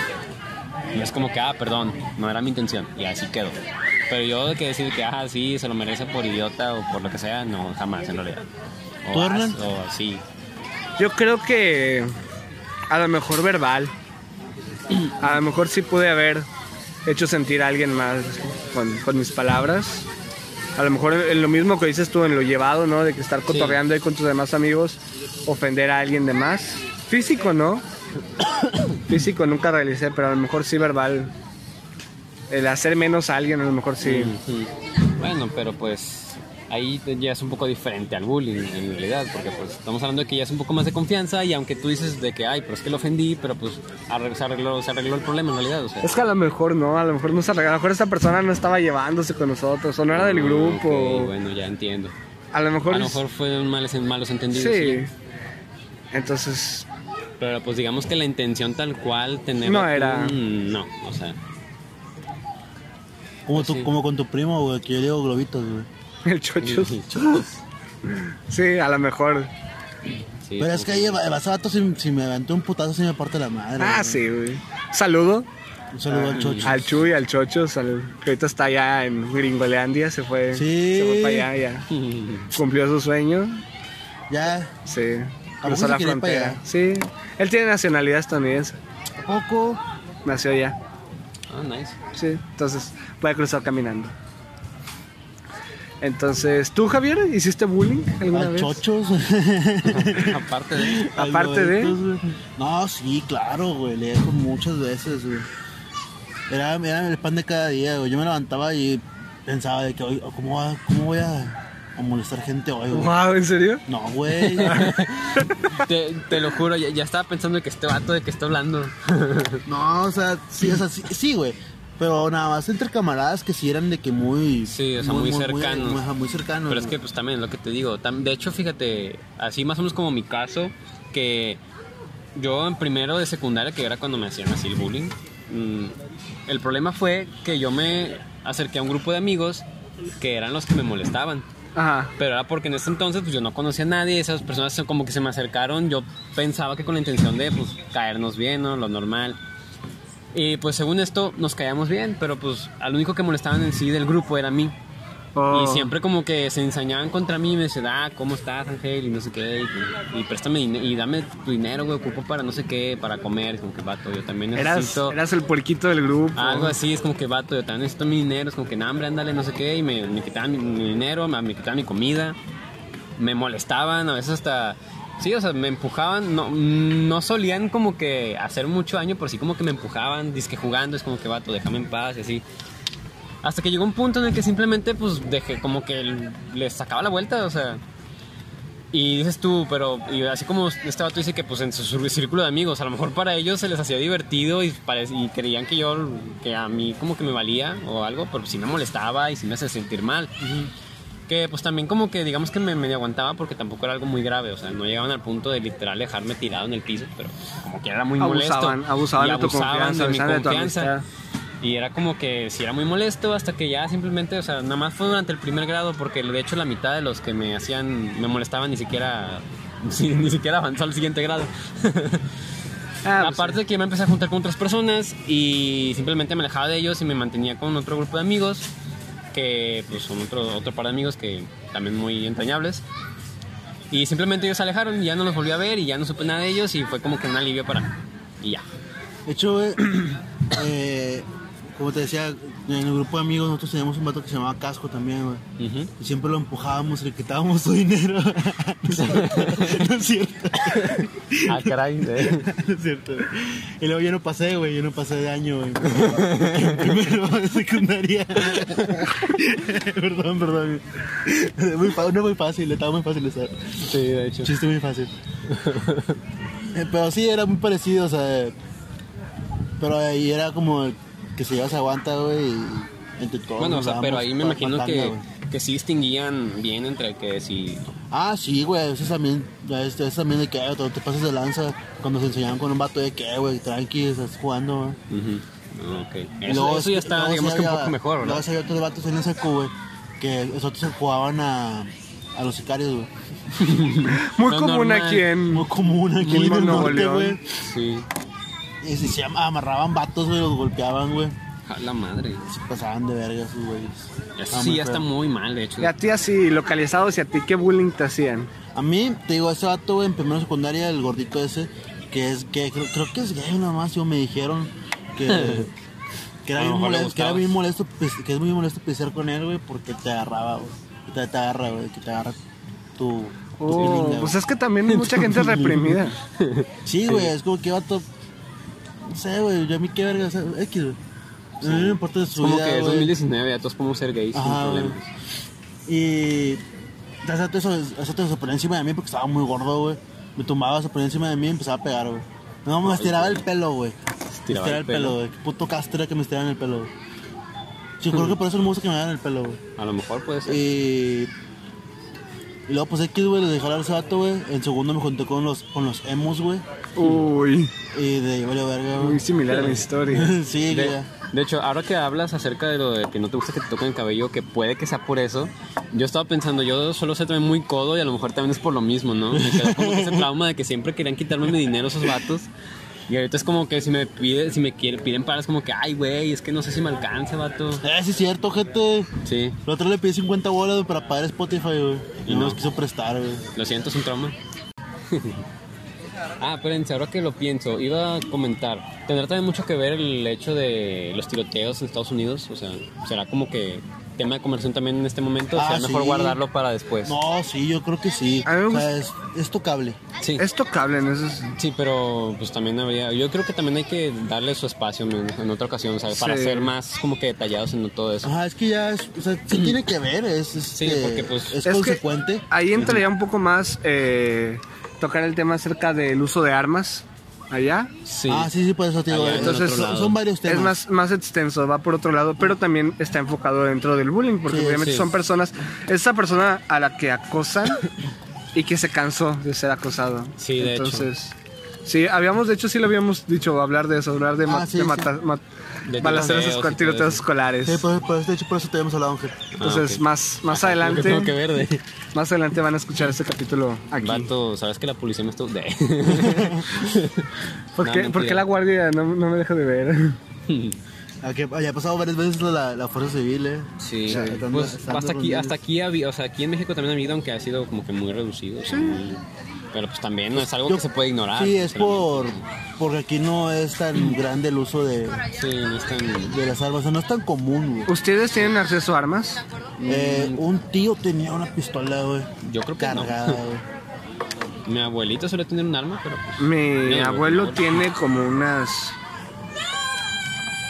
[SPEAKER 3] y es como que, ah, perdón, no era mi intención y así quedó. Pero yo de que decir que, ah, sí, se lo merece por idiota o por lo que sea, no, jamás en realidad. O,
[SPEAKER 1] ¿Tú,
[SPEAKER 3] ah,
[SPEAKER 1] Hernán?
[SPEAKER 3] o sí,
[SPEAKER 2] Yo creo que a lo mejor verbal. A lo mejor sí pude haber hecho sentir a alguien más con, con mis palabras. A lo mejor en lo mismo que dices tú, en lo llevado, ¿no? De que estar cotorreando ahí con tus demás amigos, ofender a alguien de más. Físico, ¿no? Físico nunca realicé, pero a lo mejor sí verbal. El hacer menos a alguien, a lo mejor sí.
[SPEAKER 3] Ujú. Mm. Bueno, pero pues ahí te- ya es un poco diferente al bullying en realidad, porque pues estamos hablando de que ya es un poco más de confianza y aunque tú dices de que, ay, pero es que lo ofendí, pero pues arre- se arregló, se arregló el problema en realidad, o sea.
[SPEAKER 2] Es que a lo mejor no, a lo mejor no se arregla. A lo mejor esta persona no estaba llevándose con nosotros, o no era del
[SPEAKER 3] Ah,
[SPEAKER 2] grupo.
[SPEAKER 3] ok, bueno, ya entiendo.
[SPEAKER 2] A lo mejor.
[SPEAKER 3] A lo
[SPEAKER 2] es-
[SPEAKER 3] mejor fueron males, malos entendidos.
[SPEAKER 2] Sí. Entonces,
[SPEAKER 3] Pero pues digamos que la intención tal cual tener...
[SPEAKER 2] No era.
[SPEAKER 3] Mm, no, o sea.
[SPEAKER 1] Como,
[SPEAKER 3] Pues
[SPEAKER 1] tú,
[SPEAKER 3] sí.
[SPEAKER 1] como con tu primo, güey, que yo digo globitos, güey.
[SPEAKER 2] el chocho.
[SPEAKER 3] Chochos.
[SPEAKER 2] Sí, a lo mejor.
[SPEAKER 3] Sí,
[SPEAKER 1] Pero es que ahí, el vato, si, si me aventó un putazo, si me parte la madre.
[SPEAKER 2] Ah,
[SPEAKER 1] güey.
[SPEAKER 2] sí, güey. Saludo
[SPEAKER 1] Un saludo
[SPEAKER 3] Ah,
[SPEAKER 1] al chocho.
[SPEAKER 2] al Chuy, al Chocho, al- que ahorita está allá en Gringolandia, se fue,
[SPEAKER 1] Sí.
[SPEAKER 2] se fue para allá, ya cumplió su sueño,
[SPEAKER 1] Ya,
[SPEAKER 2] sí,
[SPEAKER 1] poco
[SPEAKER 2] cruzó
[SPEAKER 1] se
[SPEAKER 2] la
[SPEAKER 1] quería ir para
[SPEAKER 2] frontera,
[SPEAKER 1] allá?
[SPEAKER 2] sí, él tiene nacionalidad estadounidense,
[SPEAKER 1] ¿a poco?
[SPEAKER 2] nació allá,
[SPEAKER 3] Ah, nice.
[SPEAKER 2] sí, entonces puede cruzar caminando. Entonces, ¿tú, Javier, hiciste bullying alguna
[SPEAKER 1] Al
[SPEAKER 2] vez?
[SPEAKER 1] chochos.
[SPEAKER 3] Aparte de...
[SPEAKER 1] Al
[SPEAKER 2] Aparte de-
[SPEAKER 1] globitos, güey. No, sí, claro, güey. Le dejo muchas veces, güey. Era, era el pan de cada día, güey. Yo me levantaba y pensaba de que hoy, ¿cómo, va- cómo voy a, a molestar gente hoy, güey?
[SPEAKER 2] Wow, ¿en serio?
[SPEAKER 1] No, güey.
[SPEAKER 3] Te, te lo juro, ya, ya estaba pensando de que este vato de que está hablando.
[SPEAKER 1] No, o sea, sí, o sea, sí, sí, güey. Pero nada más entre camaradas que sí eran de que muy.
[SPEAKER 3] Sí, o sea, muy cercanos.
[SPEAKER 1] Muy, ajá, muy cercanos.
[SPEAKER 3] Pero es que
[SPEAKER 1] güey.
[SPEAKER 3] pues también lo que te digo, tam- de hecho fíjate, así más o menos como mi caso, que yo en primero de secundaria, que era cuando me hacían así el bullying, mm, el problema fue que yo me acerqué a un grupo de amigos que eran los que me molestaban.
[SPEAKER 2] Ajá.
[SPEAKER 3] Pero era porque en ese entonces pues, yo no conocía a nadie, esas personas se- como que se me acercaron, yo pensaba que con la intención de pues, caernos bien, ¿no? lo normal. Y pues según esto nos caíamos bien, pero pues al único que molestaban en sí del grupo era a mí. Y
[SPEAKER 2] Oh.
[SPEAKER 3] siempre como que se ensañaban contra mí y me decían, ah, ¿cómo estás, Ángel? Y no sé qué, y, y préstame din- y dame tu dinero, güey, ocupo para no sé qué, para comer, como que vato, yo también
[SPEAKER 2] Eras,
[SPEAKER 3] necesito...
[SPEAKER 2] eras el puerquito del grupo.
[SPEAKER 3] Algo así, es como que vato, yo también necesito mi dinero, es como que, no, hombre, ándale, no sé qué, y me, me quitaban mi, mi dinero, me, me quitaban mi comida, me molestaban, a veces hasta, sí, o sea, me empujaban, no, no solían como que hacer mucho daño, pero sí como que me empujaban, disque jugando, es como que, vato, déjame en paz, y así. Hasta que llegó un punto en el que simplemente, pues, dejé, como que les sacaba la vuelta, o sea... Y dices tú, pero y así como este vato dice que pues en su cir- círculo de amigos, a lo mejor para ellos se les hacía divertido y, parec- y creían que yo, que a mí como que me valía o algo, pero sí me molestaba y sí me hacía sentir mal. Que pues también como que digamos que me medio aguantaba porque tampoco era algo muy grave, o sea, no llegaban al punto de literal dejarme tirado en el piso, pero como que era muy
[SPEAKER 2] Abusaban,
[SPEAKER 3] molesto.
[SPEAKER 2] abusaban
[SPEAKER 3] Y
[SPEAKER 2] de tu confianza,
[SPEAKER 3] de mi
[SPEAKER 2] abusaban de tu
[SPEAKER 3] confianza.
[SPEAKER 2] amistad.
[SPEAKER 3] Y era como que si era muy molesto hasta que ya simplemente, o sea, nada más fue durante el primer grado porque de hecho la mitad de los que me hacían, me molestaban ni siquiera Sí, ni siquiera avanzó al siguiente grado.
[SPEAKER 2] Ah, pues,
[SPEAKER 3] Aparte de que me empecé a juntar con otras personas y simplemente me alejaba de ellos y me mantenía con otro grupo de amigos, que pues son otro, otro par de amigos que también muy entrañables. Y simplemente ellos se alejaron, ya no los volví a ver y ya no supe nada de ellos y fue como que un alivio para mí. Y ya.
[SPEAKER 1] De hecho, güey, eh, como te decía, en el grupo de amigos nosotros teníamos un vato que se llamaba Casco también, güey.
[SPEAKER 3] Ujú.
[SPEAKER 1] Y siempre lo empujábamos, le quitábamos su dinero. No es cierto. No es cierto.
[SPEAKER 3] Ah, caray. eh.
[SPEAKER 1] No es cierto, güey. Y luego yo no pasé, güey. Yo no pasé de año, güey. En Primero de secundaria. perdón, perdón. güey. Muy fa- no muy fácil, estaba muy fácil estar.
[SPEAKER 3] Sí, de hecho.
[SPEAKER 1] Chiste muy fácil. Eh, pero sí, era muy parecido, o sea. eh, Pero ahí era como el que se lleva se aguanta, güey. y Entre todos.
[SPEAKER 3] Bueno, o
[SPEAKER 1] nos
[SPEAKER 3] sea, pero
[SPEAKER 1] dábamos
[SPEAKER 3] ahí me
[SPEAKER 1] pa-
[SPEAKER 3] imagino
[SPEAKER 1] patanga,
[SPEAKER 3] que,
[SPEAKER 1] güey.
[SPEAKER 3] que sí distinguían bien entre que si...
[SPEAKER 1] Ah, sí, güey, a veces también, a veces, a veces también de que eh, te, te pasas de lanza cuando se enseñaban con un vato de que, güey, tranqui, estás jugando, güey.
[SPEAKER 3] Ujú. Ok.
[SPEAKER 1] Y
[SPEAKER 3] Eso,
[SPEAKER 1] luego-
[SPEAKER 3] eso ya está,
[SPEAKER 1] luego sí
[SPEAKER 3] digamos que un
[SPEAKER 1] había-
[SPEAKER 3] poco mejor,
[SPEAKER 1] Luego
[SPEAKER 3] ¿verdad?
[SPEAKER 1] sí había otros vatos en ese SQ, güey, que esos se jugaban a, a los sicarios, güey.
[SPEAKER 2] muy
[SPEAKER 3] no,
[SPEAKER 2] común
[SPEAKER 3] normal.
[SPEAKER 2] aquí en.
[SPEAKER 1] Muy común aquí
[SPEAKER 2] Muy
[SPEAKER 1] en el
[SPEAKER 2] Nuevo
[SPEAKER 1] norte,
[SPEAKER 2] León.
[SPEAKER 1] güey.
[SPEAKER 3] Sí.
[SPEAKER 1] Y se, se llama- amarraban vatos, güey, los golpeaban, güey.
[SPEAKER 3] A la madre.
[SPEAKER 1] Se pasaban de verga esos güeyes.
[SPEAKER 3] Eso
[SPEAKER 1] Ah,
[SPEAKER 3] sí
[SPEAKER 1] muy
[SPEAKER 3] ya
[SPEAKER 1] feo.
[SPEAKER 3] está muy mal, de hecho.
[SPEAKER 2] Y a ti así, localizados y a ti, ¿qué bullying te hacían?
[SPEAKER 1] A mí, te digo, ese vato, güey, en primero de secundaria, el gordito ese, que es que creo, creo que es gay nomás, yo me dijeron que, que,
[SPEAKER 3] A
[SPEAKER 1] era,
[SPEAKER 3] lo
[SPEAKER 1] bien
[SPEAKER 3] mejor le
[SPEAKER 1] molesto, que era
[SPEAKER 3] gustabas.
[SPEAKER 1] bien molesto, pues, que es muy molesto pisar con él, güey, porque te agarraba, güey. Que Te, te agarra, güey, que te agarra tu. tu
[SPEAKER 2] Oh,
[SPEAKER 1] feeling,
[SPEAKER 2] pues
[SPEAKER 1] güey.
[SPEAKER 2] es que también mucha gente es reprimida.
[SPEAKER 1] Sí, güey, es como que vato. No sé, güey, yo a mí qué verga, o sea, X, güey. A mí no me importa
[SPEAKER 3] Es
[SPEAKER 1] su
[SPEAKER 3] como
[SPEAKER 1] vida,
[SPEAKER 3] que es
[SPEAKER 1] güey.
[SPEAKER 3] 2019, ya todos podemos ser gays
[SPEAKER 1] Ajá,
[SPEAKER 3] sin
[SPEAKER 1] güey.
[SPEAKER 3] problemas.
[SPEAKER 1] Y ese te se ponía encima de mí porque estaba muy gordo, güey. Me tumbaba, se ponía encima de mí y empezaba a pegar, güey. No, me estiraba el pelo, güey. Me
[SPEAKER 3] Estiraba
[SPEAKER 1] estiraba
[SPEAKER 3] el
[SPEAKER 1] el
[SPEAKER 3] pelo.
[SPEAKER 1] pelo, güey. Qué puto castra que me estiraban el pelo, güey. Yo creo que por eso no me gusta que me hagan el pelo, güey.
[SPEAKER 3] A lo mejor puede ser.
[SPEAKER 1] Y... Y luego, pues, X, güey, le dejé hablar a ese vato, güey. En segundo me junté con los, con los emos, güey.
[SPEAKER 2] Uy,
[SPEAKER 1] Y de ahí valió verga,
[SPEAKER 2] muy
[SPEAKER 1] güey.
[SPEAKER 2] similar a mi historia.
[SPEAKER 1] sí, güey.
[SPEAKER 3] De, de hecho, ahora que hablas acerca de lo de que no te gusta que te toquen el cabello, que puede que sea por eso, yo estaba pensando, yo solo sé también muy codo y a lo mejor también es por lo mismo, ¿no? Me quedó como que ese trauma de que siempre querían quitarme mi dinero esos vatos. Y ahorita es como que si me piden, si me quieren, piden para, es como que, ay, güey, es que no sé si me alcance, vato.
[SPEAKER 1] Eh, sí es cierto, gente.
[SPEAKER 3] Sí,
[SPEAKER 1] La otra le pedí 50 bolas güey, para pagar Spotify, güey. Y
[SPEAKER 3] Y
[SPEAKER 1] no
[SPEAKER 3] no.
[SPEAKER 1] nos quiso prestar, güey.
[SPEAKER 3] lo siento, es un trauma. ah, espérense, ahora que lo pienso, iba a comentar, ¿tendrá también mucho que ver el hecho de los tiroteos en Estados Unidos? O sea, ¿será como que tema de conversión también en este momento? o
[SPEAKER 1] Ah,
[SPEAKER 3] sea, mejor
[SPEAKER 1] sí.
[SPEAKER 3] guardarlo para después.
[SPEAKER 1] No, sí, yo creo que sí.
[SPEAKER 2] A mí me
[SPEAKER 1] O sea, es, es tocable.
[SPEAKER 3] Sí.
[SPEAKER 2] Es tocable en esos.
[SPEAKER 3] Sí, pero pues también habría, yo creo que también hay que darle su espacio en, en otra ocasión, o sea, para
[SPEAKER 2] Sí.
[SPEAKER 3] ser más como que detallados en todo eso.
[SPEAKER 1] Ajá, es que ya, es, o sea, sí tiene que ver, es,
[SPEAKER 3] Sí,
[SPEAKER 1] este,
[SPEAKER 3] porque, pues,
[SPEAKER 1] es,
[SPEAKER 2] Es que
[SPEAKER 1] consecuente.
[SPEAKER 2] Ahí entra ya un poco más eh, tocar el tema acerca del uso de armas allá.
[SPEAKER 3] Sí.
[SPEAKER 1] Ah, sí, sí, por eso te digo.
[SPEAKER 3] Allá
[SPEAKER 1] eh,
[SPEAKER 3] en
[SPEAKER 2] otro
[SPEAKER 1] son-
[SPEAKER 3] lado.
[SPEAKER 1] son varios temas.
[SPEAKER 2] Es más, más extenso, va por otro lado, pero también está enfocado dentro del bullying, porque
[SPEAKER 1] Sí,
[SPEAKER 2] obviamente
[SPEAKER 3] sí.
[SPEAKER 2] son personas, esa persona a la que acosan y que se cansó de ser acosado.
[SPEAKER 3] Sí, de hecho.
[SPEAKER 2] Entonces, sí, habíamos, de hecho sí lo habíamos dicho, hablar de eso, hablar de,
[SPEAKER 1] Ah,
[SPEAKER 2] ma-
[SPEAKER 1] sí,
[SPEAKER 2] de
[SPEAKER 1] sí.
[SPEAKER 2] mata- ma-
[SPEAKER 3] De
[SPEAKER 2] balaceros
[SPEAKER 3] tiroteos y
[SPEAKER 2] esco-
[SPEAKER 3] todo
[SPEAKER 2] tiroteos
[SPEAKER 3] eso. Ah,
[SPEAKER 2] escolares.
[SPEAKER 1] Sí, por, por- de hecho, por eso te habíamos hablado, Ángel.
[SPEAKER 2] Entonces,
[SPEAKER 3] ok.
[SPEAKER 2] más, más
[SPEAKER 3] Ajá, creo que
[SPEAKER 2] adelante,
[SPEAKER 3] tengo que ver de-
[SPEAKER 2] más adelante van a escuchar este capítulo aquí.
[SPEAKER 3] Vato, ¿sabes que la policía me estuvo de?
[SPEAKER 2] ¿Por,
[SPEAKER 3] No,
[SPEAKER 2] qué,
[SPEAKER 3] mentira.
[SPEAKER 2] por qué la guardia no, no me deja de ver?
[SPEAKER 1] Aquí, haya pasado varias veces la, la Fuerza Civil, eh.
[SPEAKER 3] Sí,
[SPEAKER 1] O sea, estando-
[SPEAKER 3] pues
[SPEAKER 1] estando
[SPEAKER 3] hasta aquí,
[SPEAKER 1] reunidos.
[SPEAKER 3] hasta aquí ha habido, o sea, aquí en México también ha habido, aunque ha sido como que muy reducido. o sea, muy- pero pues también no es algo
[SPEAKER 1] Yo-
[SPEAKER 3] que se puede ignorar.
[SPEAKER 1] Sí, es
[SPEAKER 3] pero-
[SPEAKER 1] por. Porque aquí no es tan grande el uso de,
[SPEAKER 3] Sí, no es tan...
[SPEAKER 1] de las armas, o sea, no es tan común, güey.
[SPEAKER 2] ¿Ustedes tienen acceso a armas?
[SPEAKER 1] Eh, un tío tenía una pistola, güey.
[SPEAKER 3] Mm. Yo creo que no.
[SPEAKER 1] Cargada, güey.
[SPEAKER 3] Mi abuelito suele tener un arma, pero pues...
[SPEAKER 2] Mi
[SPEAKER 3] Mira,
[SPEAKER 2] abuelo
[SPEAKER 3] güey.
[SPEAKER 2] tiene como unas.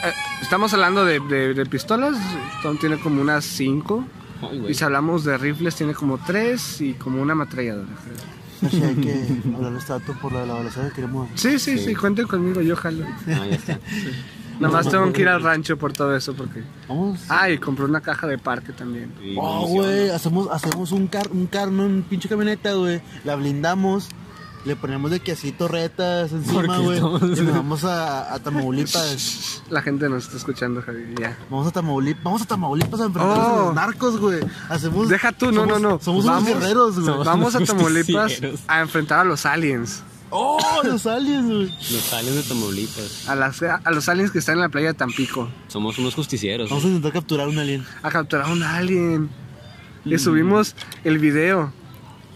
[SPEAKER 2] Eh, Estamos hablando de, de- de pistolas, Tom tiene como unas 5.
[SPEAKER 3] ay, güey.
[SPEAKER 2] Y si hablamos de rifles, tiene como 3 y como una ametralladora. creo.
[SPEAKER 1] Así hay que hablar de este dato por lo de la balacera que queremos.
[SPEAKER 2] Sí, sí, sí, cuenten conmigo, yo jalo.
[SPEAKER 3] Ah, ya está.
[SPEAKER 2] Nada más tengo que ir al rancho por todo eso porque.
[SPEAKER 1] Vamos.
[SPEAKER 2] Ah, y compré una caja de parque también.
[SPEAKER 3] Y
[SPEAKER 1] Oh,
[SPEAKER 3] munición.
[SPEAKER 1] güey, hacemos, hacemos un car, un car, no, un pinche camioneta, güey. La blindamos le ponemos de que así torretas encima,
[SPEAKER 3] Porque
[SPEAKER 1] güey.
[SPEAKER 3] estamos-
[SPEAKER 1] Y nos vamos a, a Tamaulipas.
[SPEAKER 2] La gente nos está escuchando, Javi. Ya.
[SPEAKER 1] Vamos a Tamaulipas, vamos a Tamaulipas a enfrentarnos a
[SPEAKER 2] Oh.
[SPEAKER 1] los narcos, güey. Hacemos
[SPEAKER 2] Deja tú, no,
[SPEAKER 1] somos-
[SPEAKER 2] no, no.
[SPEAKER 1] Somos unos guerreros, güey.
[SPEAKER 3] somos-
[SPEAKER 2] Vamos a
[SPEAKER 3] unos
[SPEAKER 2] Tamaulipas
[SPEAKER 3] justicieros.
[SPEAKER 2] a enfrentar a los aliens.
[SPEAKER 1] Oh, los aliens, güey.
[SPEAKER 3] Los sales de Tamaulipas.
[SPEAKER 2] A, las, a los aliens que están en la playa de Tampico.
[SPEAKER 3] Somos unos justicieros.
[SPEAKER 1] Vamos a intentar capturar un alien.
[SPEAKER 2] A capturar a un alien.
[SPEAKER 3] Mm.
[SPEAKER 2] Le subimos el video.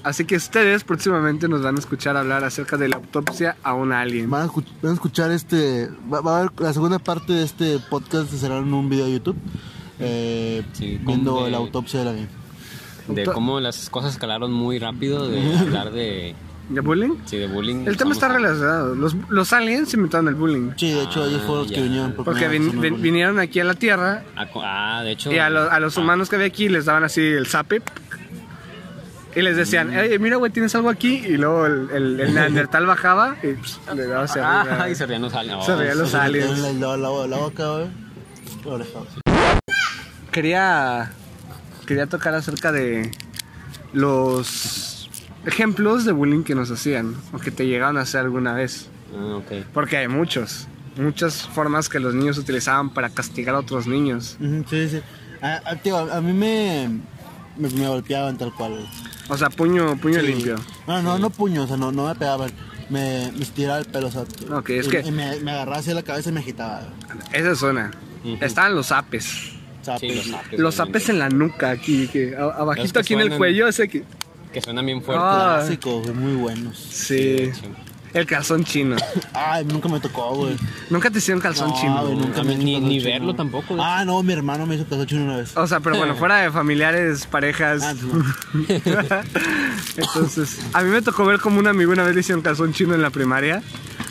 [SPEAKER 2] Así que ustedes próximamente nos van a escuchar hablar acerca de la autopsia a un alien.
[SPEAKER 1] Van a, escuch- van a escuchar este. Va, va a haber la segunda parte de este podcast será en un video de YouTube. eh,
[SPEAKER 3] Sí, con-
[SPEAKER 1] viendo
[SPEAKER 3] de-
[SPEAKER 1] la autopsia del alien.
[SPEAKER 3] De cómo las cosas escalaron muy rápido, de hablar de,
[SPEAKER 2] ¿De bullying?
[SPEAKER 3] sí, de bullying.
[SPEAKER 2] El tema
[SPEAKER 3] Vamos
[SPEAKER 2] está
[SPEAKER 3] a-
[SPEAKER 2] relacionado. Los, los aliens inventaron el bullying.
[SPEAKER 1] Sí, de hecho, ellos fueron los que
[SPEAKER 3] ya.
[SPEAKER 1] vinieron. por
[SPEAKER 2] Ah, Porque
[SPEAKER 1] primera vez
[SPEAKER 2] vin-
[SPEAKER 1] en
[SPEAKER 2] vin-
[SPEAKER 1] el-
[SPEAKER 2] vinieron aquí a la Tierra
[SPEAKER 3] a co- Ah, de hecho.
[SPEAKER 2] y a, lo- a los
[SPEAKER 3] ah,
[SPEAKER 2] humanos que había aquí les daban así el zape. Y les
[SPEAKER 3] Mm.
[SPEAKER 2] decían, oye, mira, güey, tienes algo aquí. Y luego el, el, el Neandertal bajaba y pues, le daba hacia arriba.
[SPEAKER 3] Ah, y se rían los oh, aliens.
[SPEAKER 2] Se rían los aliens.
[SPEAKER 1] En la, la, la, la boca, güey. La oreja, güey.
[SPEAKER 2] Quería, quería tocar acerca de los ejemplos de bullying que nos hacían o que te llegaron a hacer alguna vez.
[SPEAKER 3] Ah, ok.
[SPEAKER 2] Porque hay muchos. Muchas formas que los niños utilizaban para castigar a otros niños.
[SPEAKER 1] Ujú, Sí, sí. A, a- Ah, tío, a- a mí me, me, me golpeaban tal cual. güey.
[SPEAKER 2] O sea, puño, puño
[SPEAKER 1] Sí.
[SPEAKER 2] limpio.
[SPEAKER 1] No, no, no puños, o sea, no, no me pegaban. Me, me estiraba el pelo, o sea.
[SPEAKER 2] Ok, es
[SPEAKER 1] y-
[SPEAKER 2] que-
[SPEAKER 1] y me, me agarraba así la cabeza y me agitaba. güey.
[SPEAKER 2] Esa es una. Estaban los apes.
[SPEAKER 1] Zapes.
[SPEAKER 3] Sí, los zapes.
[SPEAKER 2] Los apes en la nuca, aquí, que a-
[SPEAKER 3] Los
[SPEAKER 2] abajito
[SPEAKER 3] que
[SPEAKER 2] aquí en el
[SPEAKER 3] suenan.
[SPEAKER 2] cuello, ese que...
[SPEAKER 3] Que suenan bien fuerte.
[SPEAKER 2] Ah.
[SPEAKER 1] Clásicos, güey, muy buenos.
[SPEAKER 2] Sí. El calzón chino.
[SPEAKER 1] Ay, nunca me tocó, güey.
[SPEAKER 2] Nunca te hicieron calzón chino.
[SPEAKER 1] güey, nunca me hizo
[SPEAKER 3] Ni-
[SPEAKER 1] calzón
[SPEAKER 3] ni
[SPEAKER 1] chino.
[SPEAKER 3] verlo tampoco, de
[SPEAKER 1] Ah, no, mi hermano me hizo calzón chino una vez.
[SPEAKER 2] O sea, pero bueno, fuera de familiares, parejas.
[SPEAKER 1] Ah, no.
[SPEAKER 2] Entonces, a mí me tocó ver como un amigo una vez le hicieron calzón chino en la primaria.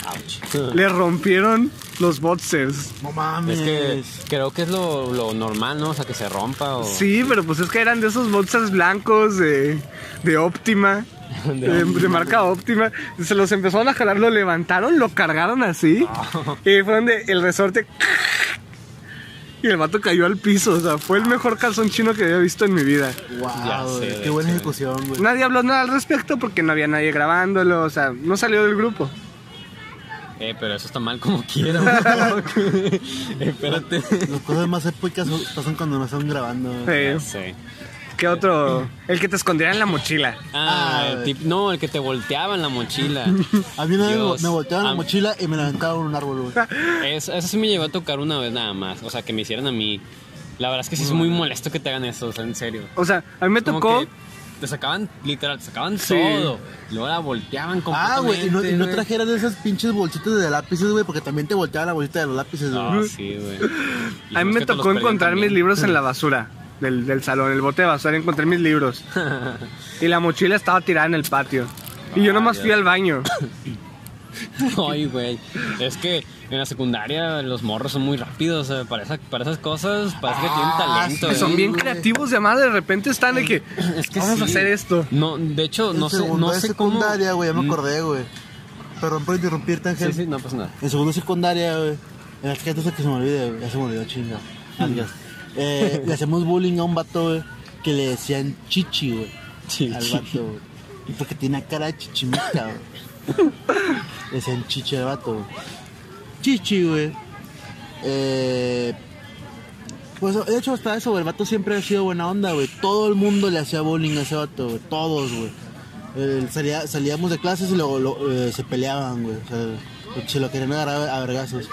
[SPEAKER 3] Ah, Ouch.
[SPEAKER 2] Le rompieron los boxers.
[SPEAKER 1] No mames.
[SPEAKER 3] Es que creo que es lo, lo normal, ¿no? O sea, que se rompa o...
[SPEAKER 2] Sí, pero pues es que eran de esos boxers blancos de, de óptima. De, de marca óptima, se los empezaron a jalar, lo levantaron, lo cargaron así y fue donde el resorte y el vato cayó al piso. O sea, fue el mejor calzón chino que había visto en mi vida.
[SPEAKER 3] Ya
[SPEAKER 1] Wow,
[SPEAKER 3] sé,
[SPEAKER 1] güey,
[SPEAKER 3] de
[SPEAKER 1] qué buena
[SPEAKER 3] hecho.
[SPEAKER 1] ejecución, güey.
[SPEAKER 2] Nadie habló nada al respecto porque no había nadie grabándolo, o sea, no salió del grupo.
[SPEAKER 3] Eh, pero eso está mal como quiera. güey. Espérate.
[SPEAKER 1] Las cosas más épicas son- pasan cuando nos están grabando. güey.
[SPEAKER 2] Eh,
[SPEAKER 3] Ya sé.
[SPEAKER 2] ¿Qué otro? El que te escondiera en la mochila.
[SPEAKER 3] Ah,
[SPEAKER 1] Ah,
[SPEAKER 3] el tip, no, el que te volteaba en la mochila.
[SPEAKER 1] A mí una vez me vo-
[SPEAKER 3] Dios.
[SPEAKER 1] me voltearon la
[SPEAKER 3] Am-
[SPEAKER 1] mochila y me la aventaron un árbol, güey.
[SPEAKER 3] Eso, eso sí me llegó a tocar una vez nada más. O sea, que me hicieran a mí. La verdad es que sí es muy molesto que te hagan eso, o sea, en serio.
[SPEAKER 2] O sea, a mí me
[SPEAKER 3] Como
[SPEAKER 2] tocó.
[SPEAKER 3] que Te sacaban, literal, te sacaban
[SPEAKER 2] Sí.
[SPEAKER 3] todo. Y Luego la volteaban completamente.
[SPEAKER 1] Ah, güey, y no, y no
[SPEAKER 3] güey.
[SPEAKER 1] trajeras de esas pinches bolsitas de lápices, güey, porque también te volteaban la bolsita de los lápices, güey.
[SPEAKER 3] Ah, sí, güey. Y
[SPEAKER 2] A mí
[SPEAKER 3] los
[SPEAKER 2] me
[SPEAKER 3] que te los
[SPEAKER 2] tocó
[SPEAKER 3] perdían
[SPEAKER 2] encontrar mis
[SPEAKER 3] también.
[SPEAKER 2] libros en la basura del, del salón, el bote de basura, encontré mis libros. Y la mochila estaba tirada en el patio. Y yo
[SPEAKER 3] Ah,
[SPEAKER 2] nomás
[SPEAKER 3] ya.
[SPEAKER 2] fui al baño.
[SPEAKER 3] Ay, güey. Es que en la secundaria los morros son muy rápidos. o sea, para, esa- para esas cosas parece que tienen
[SPEAKER 1] Ah,
[SPEAKER 3] talento.
[SPEAKER 1] sí,
[SPEAKER 3] eh.
[SPEAKER 2] Son bien
[SPEAKER 1] güey.
[SPEAKER 2] creativos y además de repente están de que
[SPEAKER 3] Es que
[SPEAKER 2] vamos
[SPEAKER 3] sí.
[SPEAKER 2] a hacer esto.
[SPEAKER 3] No, de hecho,
[SPEAKER 1] En
[SPEAKER 3] no sé,
[SPEAKER 1] segundo
[SPEAKER 3] no
[SPEAKER 1] de
[SPEAKER 3] sé cómo. Mm.
[SPEAKER 1] secundaria, güey, ya me acordé, güey. Perdón por interrumpirte, Ángel.
[SPEAKER 3] Sí, sí, no pasa nada.
[SPEAKER 1] En segundo de secundaria, güey. En las hasta que se me olvide, güey. Ya se me olvidó, chinga.
[SPEAKER 3] Mm.
[SPEAKER 1] Nalgas. Eh, le hacemos bullying a un vato, güey, que le decían chichi, güey.
[SPEAKER 3] Chichi.
[SPEAKER 1] Al vato, güey. Y Porque tenía cara de chichimita, güey. Le decían chichi al vato, güey. Chichi, güey. Eh, pues de hecho, hasta eso, güey. El vato siempre ha sido buena onda, güey. Todo el mundo le hacía bullying a ese vato, güey. Todos, güey. Eh, salía- salíamos de clases y luego lo- eh, se peleaban, güey. O sea, se lo querían agarrar a vergazos.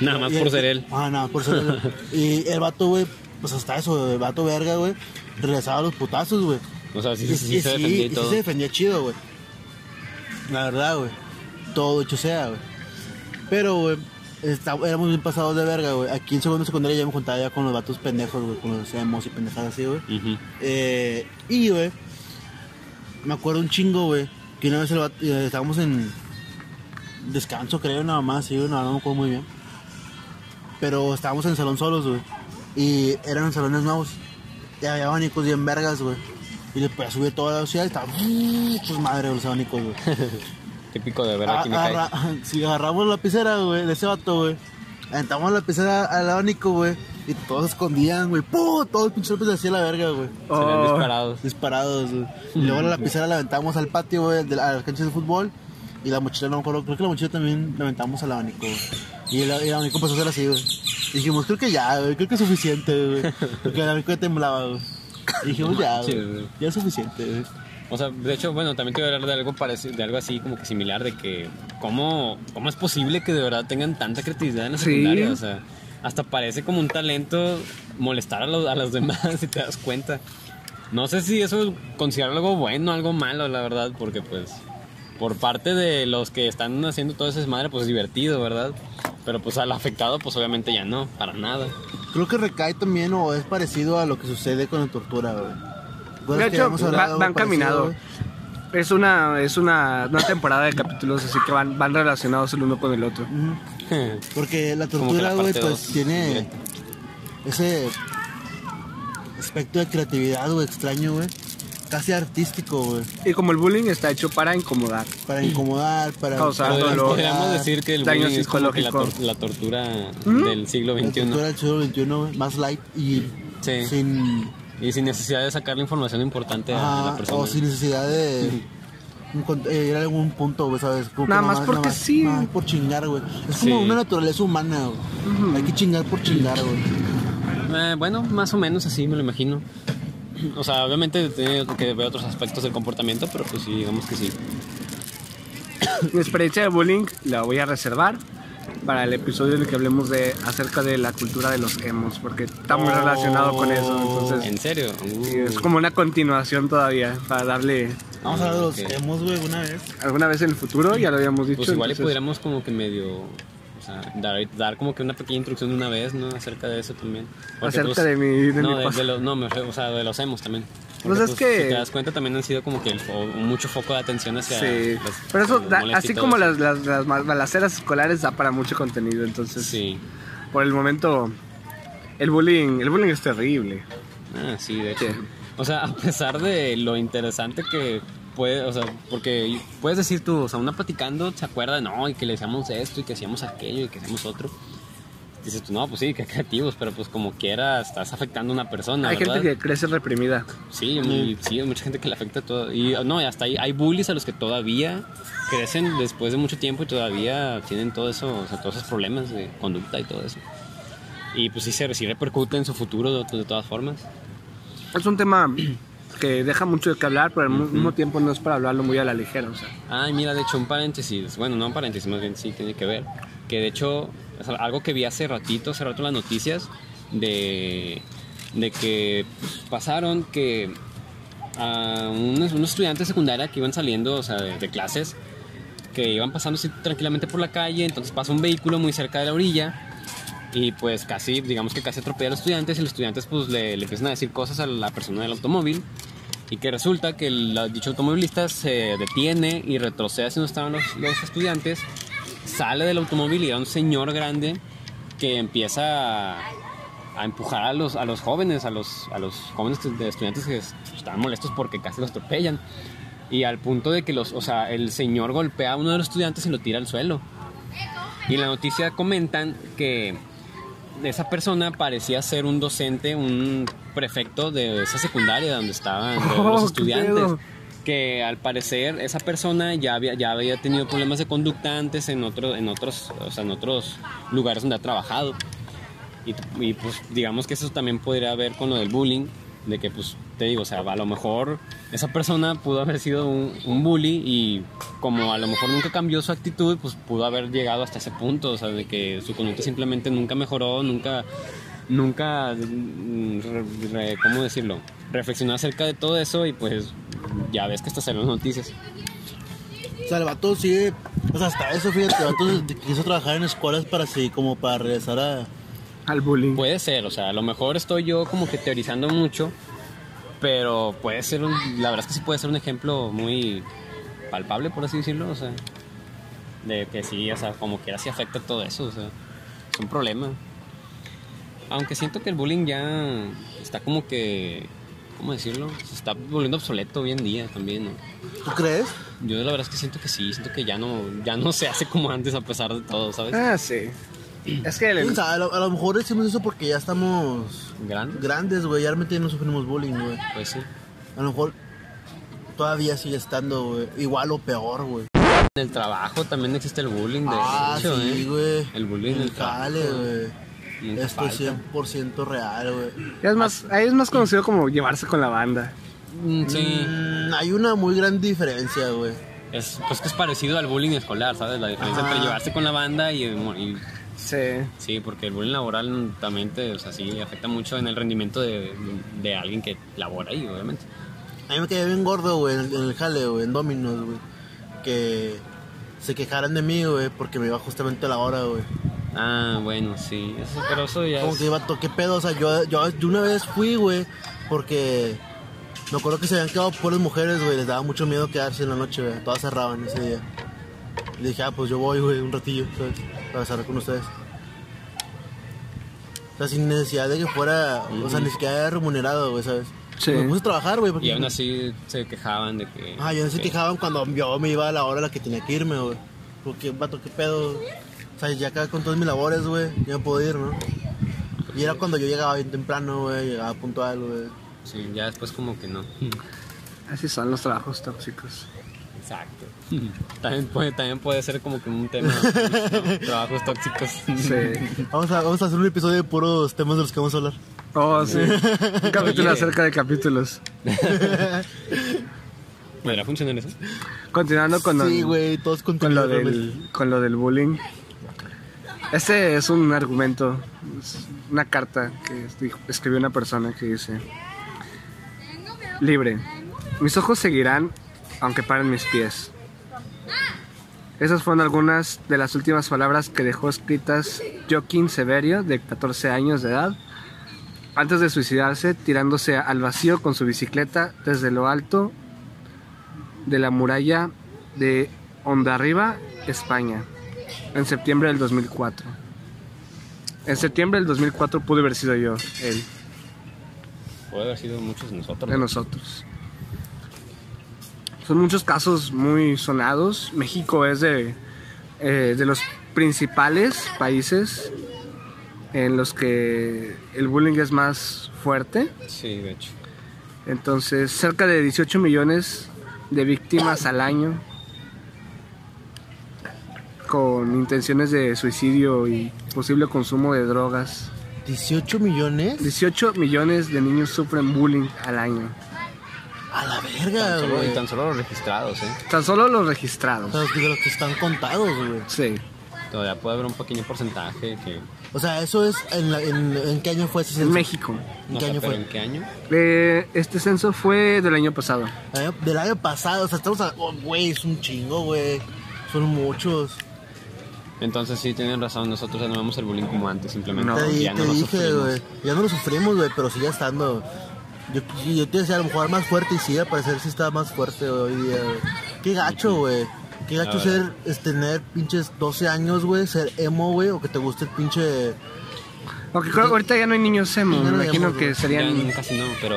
[SPEAKER 3] Nada más
[SPEAKER 1] Y el-
[SPEAKER 3] por ser él.
[SPEAKER 1] Ah, nada, por ser él. y el vato, güey, pues hasta eso, güey, el vato verga, güey. Regresaba a los putazos, güey.
[SPEAKER 3] O sea, sí,
[SPEAKER 1] Y-
[SPEAKER 3] sí, sí
[SPEAKER 1] y
[SPEAKER 3] se defendía
[SPEAKER 1] y
[SPEAKER 3] y
[SPEAKER 1] sí
[SPEAKER 3] todo.
[SPEAKER 1] se defendía chido, güey. La verdad, güey. Todo hecho sea, güey. Pero, güey, está- éramos bien pasados de verga, güey. Aquí en segundo de secundaria ya me juntaba ya con los vatos pendejos, güey. Con los emos y pendejadas así, güey.
[SPEAKER 3] Ujú.
[SPEAKER 1] Eh, y, güey, me acuerdo un chingo, güey, que una vez el vato- eh, estábamos en descanso, creo, nada más, sí, güey, no, no me acuerdo muy bien. Pero estábamos en el salón solos, güey. Y eran salones nuevos. Y había abanicos bien vergas, güey. Y le podía subir toda la velocidad y estaba... Pues madre, los abanicos, güey.
[SPEAKER 3] Típico de
[SPEAKER 2] Ah,
[SPEAKER 3] ver aquí me cae.
[SPEAKER 1] Agarra- Si agarramos la lapicera, güey, de ese vato, güey. Aventamos la lapicera al abanico, güey. Y todos se escondían, güey. ¡Pum! Todo el pinche lápiz hacía la verga, güey
[SPEAKER 3] Se ven
[SPEAKER 2] Oh,
[SPEAKER 3] disparados.
[SPEAKER 1] disparados. güey. Y luego la lapicera la aventamos al patio, güey, de la, a la cancha de fútbol. Y la mochila, no me acuerdo, creo que la mochila también la aventamos al abanico. güey. Y el, el abanico empezó a ser así, güey. Y dijimos, creo que ya, güey, creo que es suficiente, güey. Porque el abanico ya temblaba, güey. Y dijimos,
[SPEAKER 3] No
[SPEAKER 1] ya,
[SPEAKER 3] manches,
[SPEAKER 1] güey,
[SPEAKER 3] güey.
[SPEAKER 1] ya es suficiente, güey.
[SPEAKER 3] O sea, de hecho, bueno, también te voy a hablar de algo parecido, de algo así como que similar, de que cómo, cómo es posible que de verdad tengan tanta creatividad en la
[SPEAKER 2] Sí.
[SPEAKER 3] secundaria. O sea, hasta parece como un talento molestar a los, a los demás, si te das cuenta. No sé si eso es considerarlo algo bueno, algo malo, la verdad, porque pues por parte de los que están haciendo todo ese desmadre, pues es divertido, ¿verdad? Pero pues al afectado, pues obviamente ya no, para nada.
[SPEAKER 1] Creo que recae también o es parecido a lo que sucede con la tortura, güey. Cosas
[SPEAKER 2] De
[SPEAKER 1] que
[SPEAKER 2] hecho,
[SPEAKER 1] hemos hablado,
[SPEAKER 2] va-
[SPEAKER 1] algo
[SPEAKER 2] van
[SPEAKER 1] parecido,
[SPEAKER 2] caminado.
[SPEAKER 1] güey.
[SPEAKER 2] Es una, es una, una temporada de capítulos, así que van, van relacionados el uno con el otro.
[SPEAKER 1] Ujú. Porque la
[SPEAKER 3] Como que
[SPEAKER 1] tortura,
[SPEAKER 3] la
[SPEAKER 1] güey,
[SPEAKER 3] parte
[SPEAKER 1] pues
[SPEAKER 3] dos,
[SPEAKER 1] tiene
[SPEAKER 3] directo.
[SPEAKER 1] ese aspecto de creatividad, güey, extraño, güey. Casi artístico, güey.
[SPEAKER 2] Y como el bullying está hecho para incomodar.
[SPEAKER 1] Para incomodar, para...
[SPEAKER 2] Causar
[SPEAKER 1] para
[SPEAKER 3] Podríamos,
[SPEAKER 2] dolor.
[SPEAKER 3] podríamos decir que el
[SPEAKER 2] Daño
[SPEAKER 3] bullying es como que la,
[SPEAKER 2] psicológico.
[SPEAKER 3] tor- la tortura
[SPEAKER 2] ¿Mm?
[SPEAKER 3] del siglo
[SPEAKER 1] La
[SPEAKER 3] XXI.
[SPEAKER 1] tortura del siglo XXI, güey, más light y
[SPEAKER 3] Sí.
[SPEAKER 1] sin...
[SPEAKER 3] Y sin necesidad de sacar la información importante a
[SPEAKER 2] Ah,
[SPEAKER 1] ajá,
[SPEAKER 3] la persona.
[SPEAKER 1] o
[SPEAKER 2] oh,
[SPEAKER 1] sin necesidad de... encont- eh, ir a algún punto, güey, ¿sabes? Como que
[SPEAKER 2] Nada más porque sí.
[SPEAKER 1] nada más por chingar, güey. Es
[SPEAKER 3] Sí.
[SPEAKER 1] como una naturaleza humana, güey. Hay que chingar por chingar, güey.
[SPEAKER 3] Eh, bueno, más o menos así me lo imagino. O sea, obviamente tiene que ver otros aspectos del comportamiento, pero pues sí, digamos que sí.
[SPEAKER 2] Mi experiencia de bullying la voy a reservar para el episodio en el que hablemos de acerca de la cultura de los emos, porque está muy
[SPEAKER 1] Oh.
[SPEAKER 2] relacionado con eso. Entonces,
[SPEAKER 3] ¿En serio? Uh.
[SPEAKER 2] sí, es como una continuación todavía para darle
[SPEAKER 1] Vamos a hablar de los
[SPEAKER 3] Ok.
[SPEAKER 1] emos, güey, una vez.
[SPEAKER 2] alguna vez en el futuro, ya lo habíamos dicho.
[SPEAKER 3] Pues igual y
[SPEAKER 2] entonces-
[SPEAKER 3] pudiéramos como que medio... O sea, dar, dar como que una pequeña instrucción de una vez, ¿no? Acerca de eso también. Porque,
[SPEAKER 2] Acerca
[SPEAKER 3] pues,
[SPEAKER 2] de mi- de
[SPEAKER 3] no,
[SPEAKER 2] mi pasado.
[SPEAKER 3] los- no, me refiero, o sea, de los hemos también.
[SPEAKER 2] Pues es que-
[SPEAKER 3] Si te das cuenta, también han sido como que el fo- mucho foco de atención hacia...
[SPEAKER 2] Sí,
[SPEAKER 3] las-
[SPEAKER 2] pero eso,
[SPEAKER 3] las
[SPEAKER 2] da-
[SPEAKER 3] molestias y
[SPEAKER 2] así
[SPEAKER 3] todo
[SPEAKER 2] como
[SPEAKER 3] eso.
[SPEAKER 2] las, las, las ma- balaceras escolares da para mucho contenido, entonces
[SPEAKER 3] Sí.
[SPEAKER 2] por el momento el bullying, el bullying es terrible.
[SPEAKER 3] Ah, sí, de hecho.
[SPEAKER 2] Sí.
[SPEAKER 3] O sea, a pesar de lo interesante que puede, o sea, porque puedes decir tú, o sea, una platicando se acuerda, no, y que le hacíamos esto, y que hacíamos aquello, y que hacíamos otro. Dices tú, no, pues sí, que creativos, pero pues como quiera estás afectando a una persona,
[SPEAKER 2] Hay
[SPEAKER 3] ¿verdad?
[SPEAKER 2] gente que crece reprimida.
[SPEAKER 3] Sí, muy- sí, hay mucha gente que le afecta todo. Y ah, no, y hasta hay, hay bullies a los que todavía crecen después de mucho tiempo y todavía tienen todo eso, o sea, todos esos problemas de conducta y todo eso. Y pues sí, se, sí repercute en su futuro de- de todas formas.
[SPEAKER 2] Es un tema que deja mucho de qué hablar, pero al mu- mismo tiempo no es para hablarlo muy a la ligera, o sea.
[SPEAKER 3] Ay, mira, de hecho, un paréntesis. Bueno, no un paréntesis, más bien sí tiene que ver. Que de hecho, o sea, algo que vi hace ratito, hace rato en las noticias, de, de que pasaron que a unos, unos estudiantes de secundaria que iban saliendo, o sea, de, de clases, que iban pasando así tranquilamente por la calle, entonces pasa un vehículo muy cerca de la orilla. Y pues casi, digamos que casi atropella a los estudiantes y los estudiantes pues le, le empiezan a decir cosas a la persona del automóvil y que resulta que el la- dicho automovilista se detiene y retrocede hacia donde estaban los, los estudiantes, sale del automóvil y era un señor grande que empieza a, a empujar a los, a los jóvenes, a los, a los jóvenes que- de estudiantes que es- estaban molestos porque casi los atropellan. Y al punto de que los, o sea, el señor golpea a uno de los estudiantes y lo tira al suelo. Y en la noticia comentan que esa persona parecía ser un docente, un prefecto de esa secundaria donde estaban
[SPEAKER 2] Oh,
[SPEAKER 3] los
[SPEAKER 2] qué
[SPEAKER 3] estudiantes.
[SPEAKER 2] pedo.
[SPEAKER 3] Que al parecer esa persona ya había, ya había tenido problemas de conducta antes en, otro, en, otros, o sea, en otros lugares donde ha trabajado. Y, y, pues digamos que eso también podría haber con lo del bullying, de que pues te digo, o sea, a lo mejor esa persona pudo haber sido un, un bully y como a lo mejor nunca cambió su actitud, pues pudo haber llegado hasta ese punto, o sea, de que su conducta simplemente nunca mejoró, nunca, nunca, mm, re- re- ¿cómo decirlo? Reflexionó acerca de todo eso y pues ya ves que hasta salen las noticias.
[SPEAKER 1] O sea, el vato sigue, o sea, hasta eso, fíjate, el vato de- quiso trabajar en escuelas para así, como para regresar a...
[SPEAKER 2] Al bullying.
[SPEAKER 1] Pues,
[SPEAKER 3] Puede ser, o sea, a lo mejor estoy yo como que teorizando mucho, pero puede ser, un- la verdad es que sí puede ser un ejemplo muy palpable, por así decirlo, o sea, de que sí, o sea, como quiera sí afecta todo eso, o sea, es un problema. Aunque siento que el bullying ya está como que, ¿cómo decirlo? Se está volviendo obsoleto hoy en día también, ¿no?
[SPEAKER 1] ¿Tú crees?
[SPEAKER 3] Yo la verdad es que siento que sí, siento que ya no, ya no se hace como antes a pesar de todo, ¿sabes?
[SPEAKER 2] Ah, sí. Es que el-
[SPEAKER 1] O sea, a, lo, a lo mejor decimos eso porque ya estamos
[SPEAKER 3] Grande,
[SPEAKER 1] grandes, güey, ya realmente no sufrimos bullying, güey.
[SPEAKER 3] pues sí.
[SPEAKER 1] A lo mejor todavía sigue estando, güey, igual o peor, güey.
[SPEAKER 3] En el trabajo también existe el bullying. De
[SPEAKER 1] ah,
[SPEAKER 3] hecho,
[SPEAKER 1] sí,
[SPEAKER 3] ¿eh?
[SPEAKER 1] güey.
[SPEAKER 3] El bullying en el
[SPEAKER 1] jale,
[SPEAKER 3] trabajo.
[SPEAKER 1] güey.
[SPEAKER 3] Nunca
[SPEAKER 1] Esto es
[SPEAKER 3] falta.
[SPEAKER 1] 100% real, güey.
[SPEAKER 2] Ya es más, ahí es más conocido como llevarse con la banda.
[SPEAKER 3] Mm, Sí,
[SPEAKER 1] Mm, hay una muy gran diferencia, güey.
[SPEAKER 3] es, pues que es parecido al bullying escolar, ¿sabes? La diferencia
[SPEAKER 1] Ajá.
[SPEAKER 3] entre llevarse con la banda y, y-
[SPEAKER 2] Sí.
[SPEAKER 3] Sí, porque el bullying laboral también te, o sea, sí, afecta mucho en el rendimiento de, de alguien que labora ahí, obviamente.
[SPEAKER 1] A mí me quedé bien gordo, güey, en en el jale, güey, en Dominos, güey. Que se quejaran de mí, güey, porque me iba justamente a la hora, güey.
[SPEAKER 3] Ah, bueno, sí, eso, pero eso ya
[SPEAKER 1] Como
[SPEAKER 3] es-
[SPEAKER 1] que iba ¿qué pedo? O sea, yo, yo, yo una vez fui, güey, porque me acuerdo que se habían quedado puras mujeres, güey, les daba mucho miedo quedarse en la noche, güey. Todas cerraban ese día. Y dije, ah, pues yo voy, güey, un ratillo, ¿sabes? Para cerrar con ustedes. O sea, sin necesidad de que fuera, o sea, ni siquiera remunerado, güey, ¿sabes?
[SPEAKER 2] Sí.
[SPEAKER 1] Me puse a trabajar, güey, porque...
[SPEAKER 3] Y aún así se quejaban de que...
[SPEAKER 1] Ah, yo no se quejaban cuando yo me iba a la hora a la que tenía que irme, güey. Porque, vato, qué pedo. O sea, ya acá con todas mis labores, güey, ya me puedo ir, ¿no? Y era cuando yo llegaba bien temprano, güey, llegaba puntual, güey.
[SPEAKER 3] Sí, ya después como que no.
[SPEAKER 1] Mm.
[SPEAKER 2] Así son los trabajos tóxicos.
[SPEAKER 3] Exacto. También puede, también puede ser como que un tema, ¿no? trabajos tóxicos.
[SPEAKER 2] Sí.
[SPEAKER 1] Vamos a, vamos a hacer un episodio de puros temas de los que vamos a hablar.
[SPEAKER 2] Oh, sí. Un capítulo
[SPEAKER 3] Oye.
[SPEAKER 2] acerca de capítulos.
[SPEAKER 3] ¿Podría funcionar eso?
[SPEAKER 2] Continuando con,
[SPEAKER 1] sí,
[SPEAKER 2] lo-
[SPEAKER 1] güey, todos
[SPEAKER 2] con
[SPEAKER 1] contenido.
[SPEAKER 2] lo del, con lo del bullying. Este es un argumento, es una carta que dijo- escribió una persona que dice, libre, mis ojos seguirán aunque paren mis pies. Esas fueron algunas de las últimas palabras que dejó escritas Joaquín Severio, de 14 años de edad, antes de suicidarse tirándose al vacío con su bicicleta desde lo alto de la muralla de Ondarriba, España, en septiembre del 2004. En septiembre del 2004 pude haber sido yo, él,
[SPEAKER 3] Puede haber sido muchos de nosotros.
[SPEAKER 2] de nosotros. Son muchos casos muy sonados. México es de, eh, de los principales países en los que el bullying es más fuerte.
[SPEAKER 3] Sí, de hecho.
[SPEAKER 2] Entonces, cerca de 18 millones de víctimas al año con intenciones de suicidio y posible consumo de drogas.
[SPEAKER 1] 18 millones.
[SPEAKER 2] 18 millones de niños sufren bullying al año.
[SPEAKER 1] A la verga,
[SPEAKER 3] Tan solo- y
[SPEAKER 1] güey.
[SPEAKER 3] tan solo los registrados, ¿eh?
[SPEAKER 2] Tan solo los
[SPEAKER 1] O
[SPEAKER 2] registrados.
[SPEAKER 1] sea, de los que están contados, güey.
[SPEAKER 2] Sí.
[SPEAKER 3] Todavía puede haber un pequeño porcentaje que...
[SPEAKER 1] O sea, eso es. ¿En, la- en, en qué año fue ese
[SPEAKER 2] En
[SPEAKER 1] censo?
[SPEAKER 2] México.
[SPEAKER 1] ¿En
[SPEAKER 3] No
[SPEAKER 1] qué
[SPEAKER 3] sé,
[SPEAKER 1] año
[SPEAKER 3] pero
[SPEAKER 1] fue?
[SPEAKER 3] ¿en qué año?
[SPEAKER 2] Eh, este censo fue del año pasado.
[SPEAKER 1] Año- Del año pasado, o sea, estamos a. oh, Güey, es un chingo, güey. Son muchos.
[SPEAKER 3] Entonces sí, tienen razón, nosotros ya no vemos el bullying como antes, simplemente
[SPEAKER 2] No,
[SPEAKER 1] te
[SPEAKER 3] ya no
[SPEAKER 1] te
[SPEAKER 3] lo
[SPEAKER 1] dije,
[SPEAKER 3] sufrimos.
[SPEAKER 1] güey. Ya no lo sufrimos, güey, pero sigue estando. Yo, yo te decía, a lo mejor más fuerte y sí, al parecer sí está más fuerte güey, hoy día, güey. Qué gacho, güey. Qué gacho
[SPEAKER 3] La
[SPEAKER 1] ser, es tener pinches 12 años, güey, ser emo, güey, o que te guste el pinche.
[SPEAKER 2] Aunque creo que ahorita ya no hay niños emo. Me
[SPEAKER 1] Ya no hay
[SPEAKER 2] imagino
[SPEAKER 1] emo,
[SPEAKER 2] que
[SPEAKER 1] güey.
[SPEAKER 3] Ya
[SPEAKER 2] serían...
[SPEAKER 3] no, casi no, pero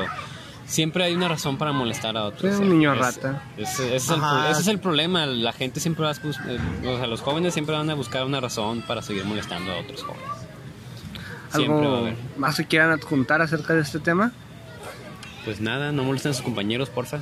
[SPEAKER 3] siempre hay una razón para molestar a otros.
[SPEAKER 2] Es un
[SPEAKER 3] o sea,
[SPEAKER 2] niño rata.
[SPEAKER 3] Ese, ese es el,
[SPEAKER 1] Ajá.
[SPEAKER 3] pro- ese es el problema. La gente siempre va a bus- eh, O sea, los jóvenes siempre van a buscar una razón para seguir molestando a otros jóvenes. Siempre va a
[SPEAKER 2] Algo
[SPEAKER 3] haber.
[SPEAKER 2] más que quieran adjuntar acerca de este tema.
[SPEAKER 3] Pues nada, no molesten a sus compañeros, porfa.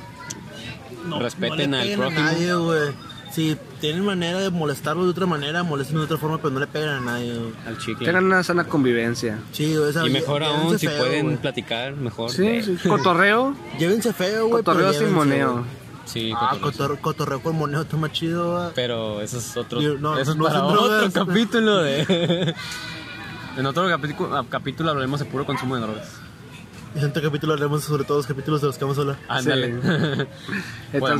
[SPEAKER 3] Respeten
[SPEAKER 1] no le
[SPEAKER 3] al
[SPEAKER 1] peguen a
[SPEAKER 3] prójimo.
[SPEAKER 1] nadie, güey. Si tienen manera de molestarlo de otra manera, molesten de otra forma, pero no le peguen a nadie, güey.
[SPEAKER 3] Al chicle.
[SPEAKER 2] Tengan una sana convivencia.
[SPEAKER 1] Sí, güey, esa-
[SPEAKER 3] y mejor
[SPEAKER 1] llévense
[SPEAKER 3] aún, si
[SPEAKER 1] feo,
[SPEAKER 3] pueden
[SPEAKER 1] güey.
[SPEAKER 3] platicar, mejor.
[SPEAKER 2] Sí,
[SPEAKER 3] de-
[SPEAKER 2] sí. Cotorreo.
[SPEAKER 1] Llévense feo, güey. pero
[SPEAKER 2] Cotorreo sin
[SPEAKER 1] llévense,
[SPEAKER 2] moneo.
[SPEAKER 1] güey.
[SPEAKER 3] Sí,
[SPEAKER 1] Ah,
[SPEAKER 3] cotorreo.
[SPEAKER 1] cotor- cotorreo con moneo está más chido, güey.
[SPEAKER 3] Pero eso es otro,
[SPEAKER 1] Yo- no,
[SPEAKER 3] eso es
[SPEAKER 1] no
[SPEAKER 3] para
[SPEAKER 1] son
[SPEAKER 3] otro
[SPEAKER 1] drogas.
[SPEAKER 3] capítulo de... en otro capítulo, capítulo hablaremos de puro consumo de drogas.
[SPEAKER 1] En este capítulo hablaremos sobre todos los capítulos de los que vamos a hablar.
[SPEAKER 3] Ándale.
[SPEAKER 2] Sí.
[SPEAKER 3] Podemos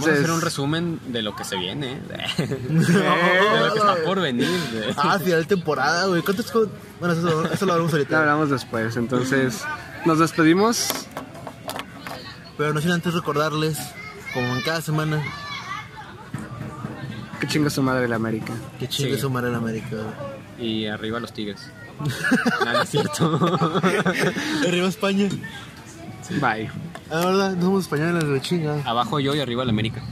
[SPEAKER 2] Entonces,
[SPEAKER 3] hacer un resumen de lo que se viene, ¿eh? de lo que está
[SPEAKER 1] Ah,
[SPEAKER 3] por venir. ¿eh?
[SPEAKER 1] Ah, final de temporada, güey. ¿Cuántos co- Bueno, eso, eso lo hablamos
[SPEAKER 2] lo
[SPEAKER 1] ahorita.
[SPEAKER 2] hablamos después. Entonces, nos despedimos.
[SPEAKER 1] Pero no sin antes recordarles, como en cada semana,
[SPEAKER 2] Que chinga su madre la América.
[SPEAKER 1] que chingue
[SPEAKER 3] Sí.
[SPEAKER 1] su madre en América. güey.
[SPEAKER 3] Y arriba los tigres. No, no es cierto.
[SPEAKER 1] Arriba España.
[SPEAKER 2] Bye.
[SPEAKER 1] La verdad, no somos españoles, güey, chinga.
[SPEAKER 3] Abajo yo y arriba el América.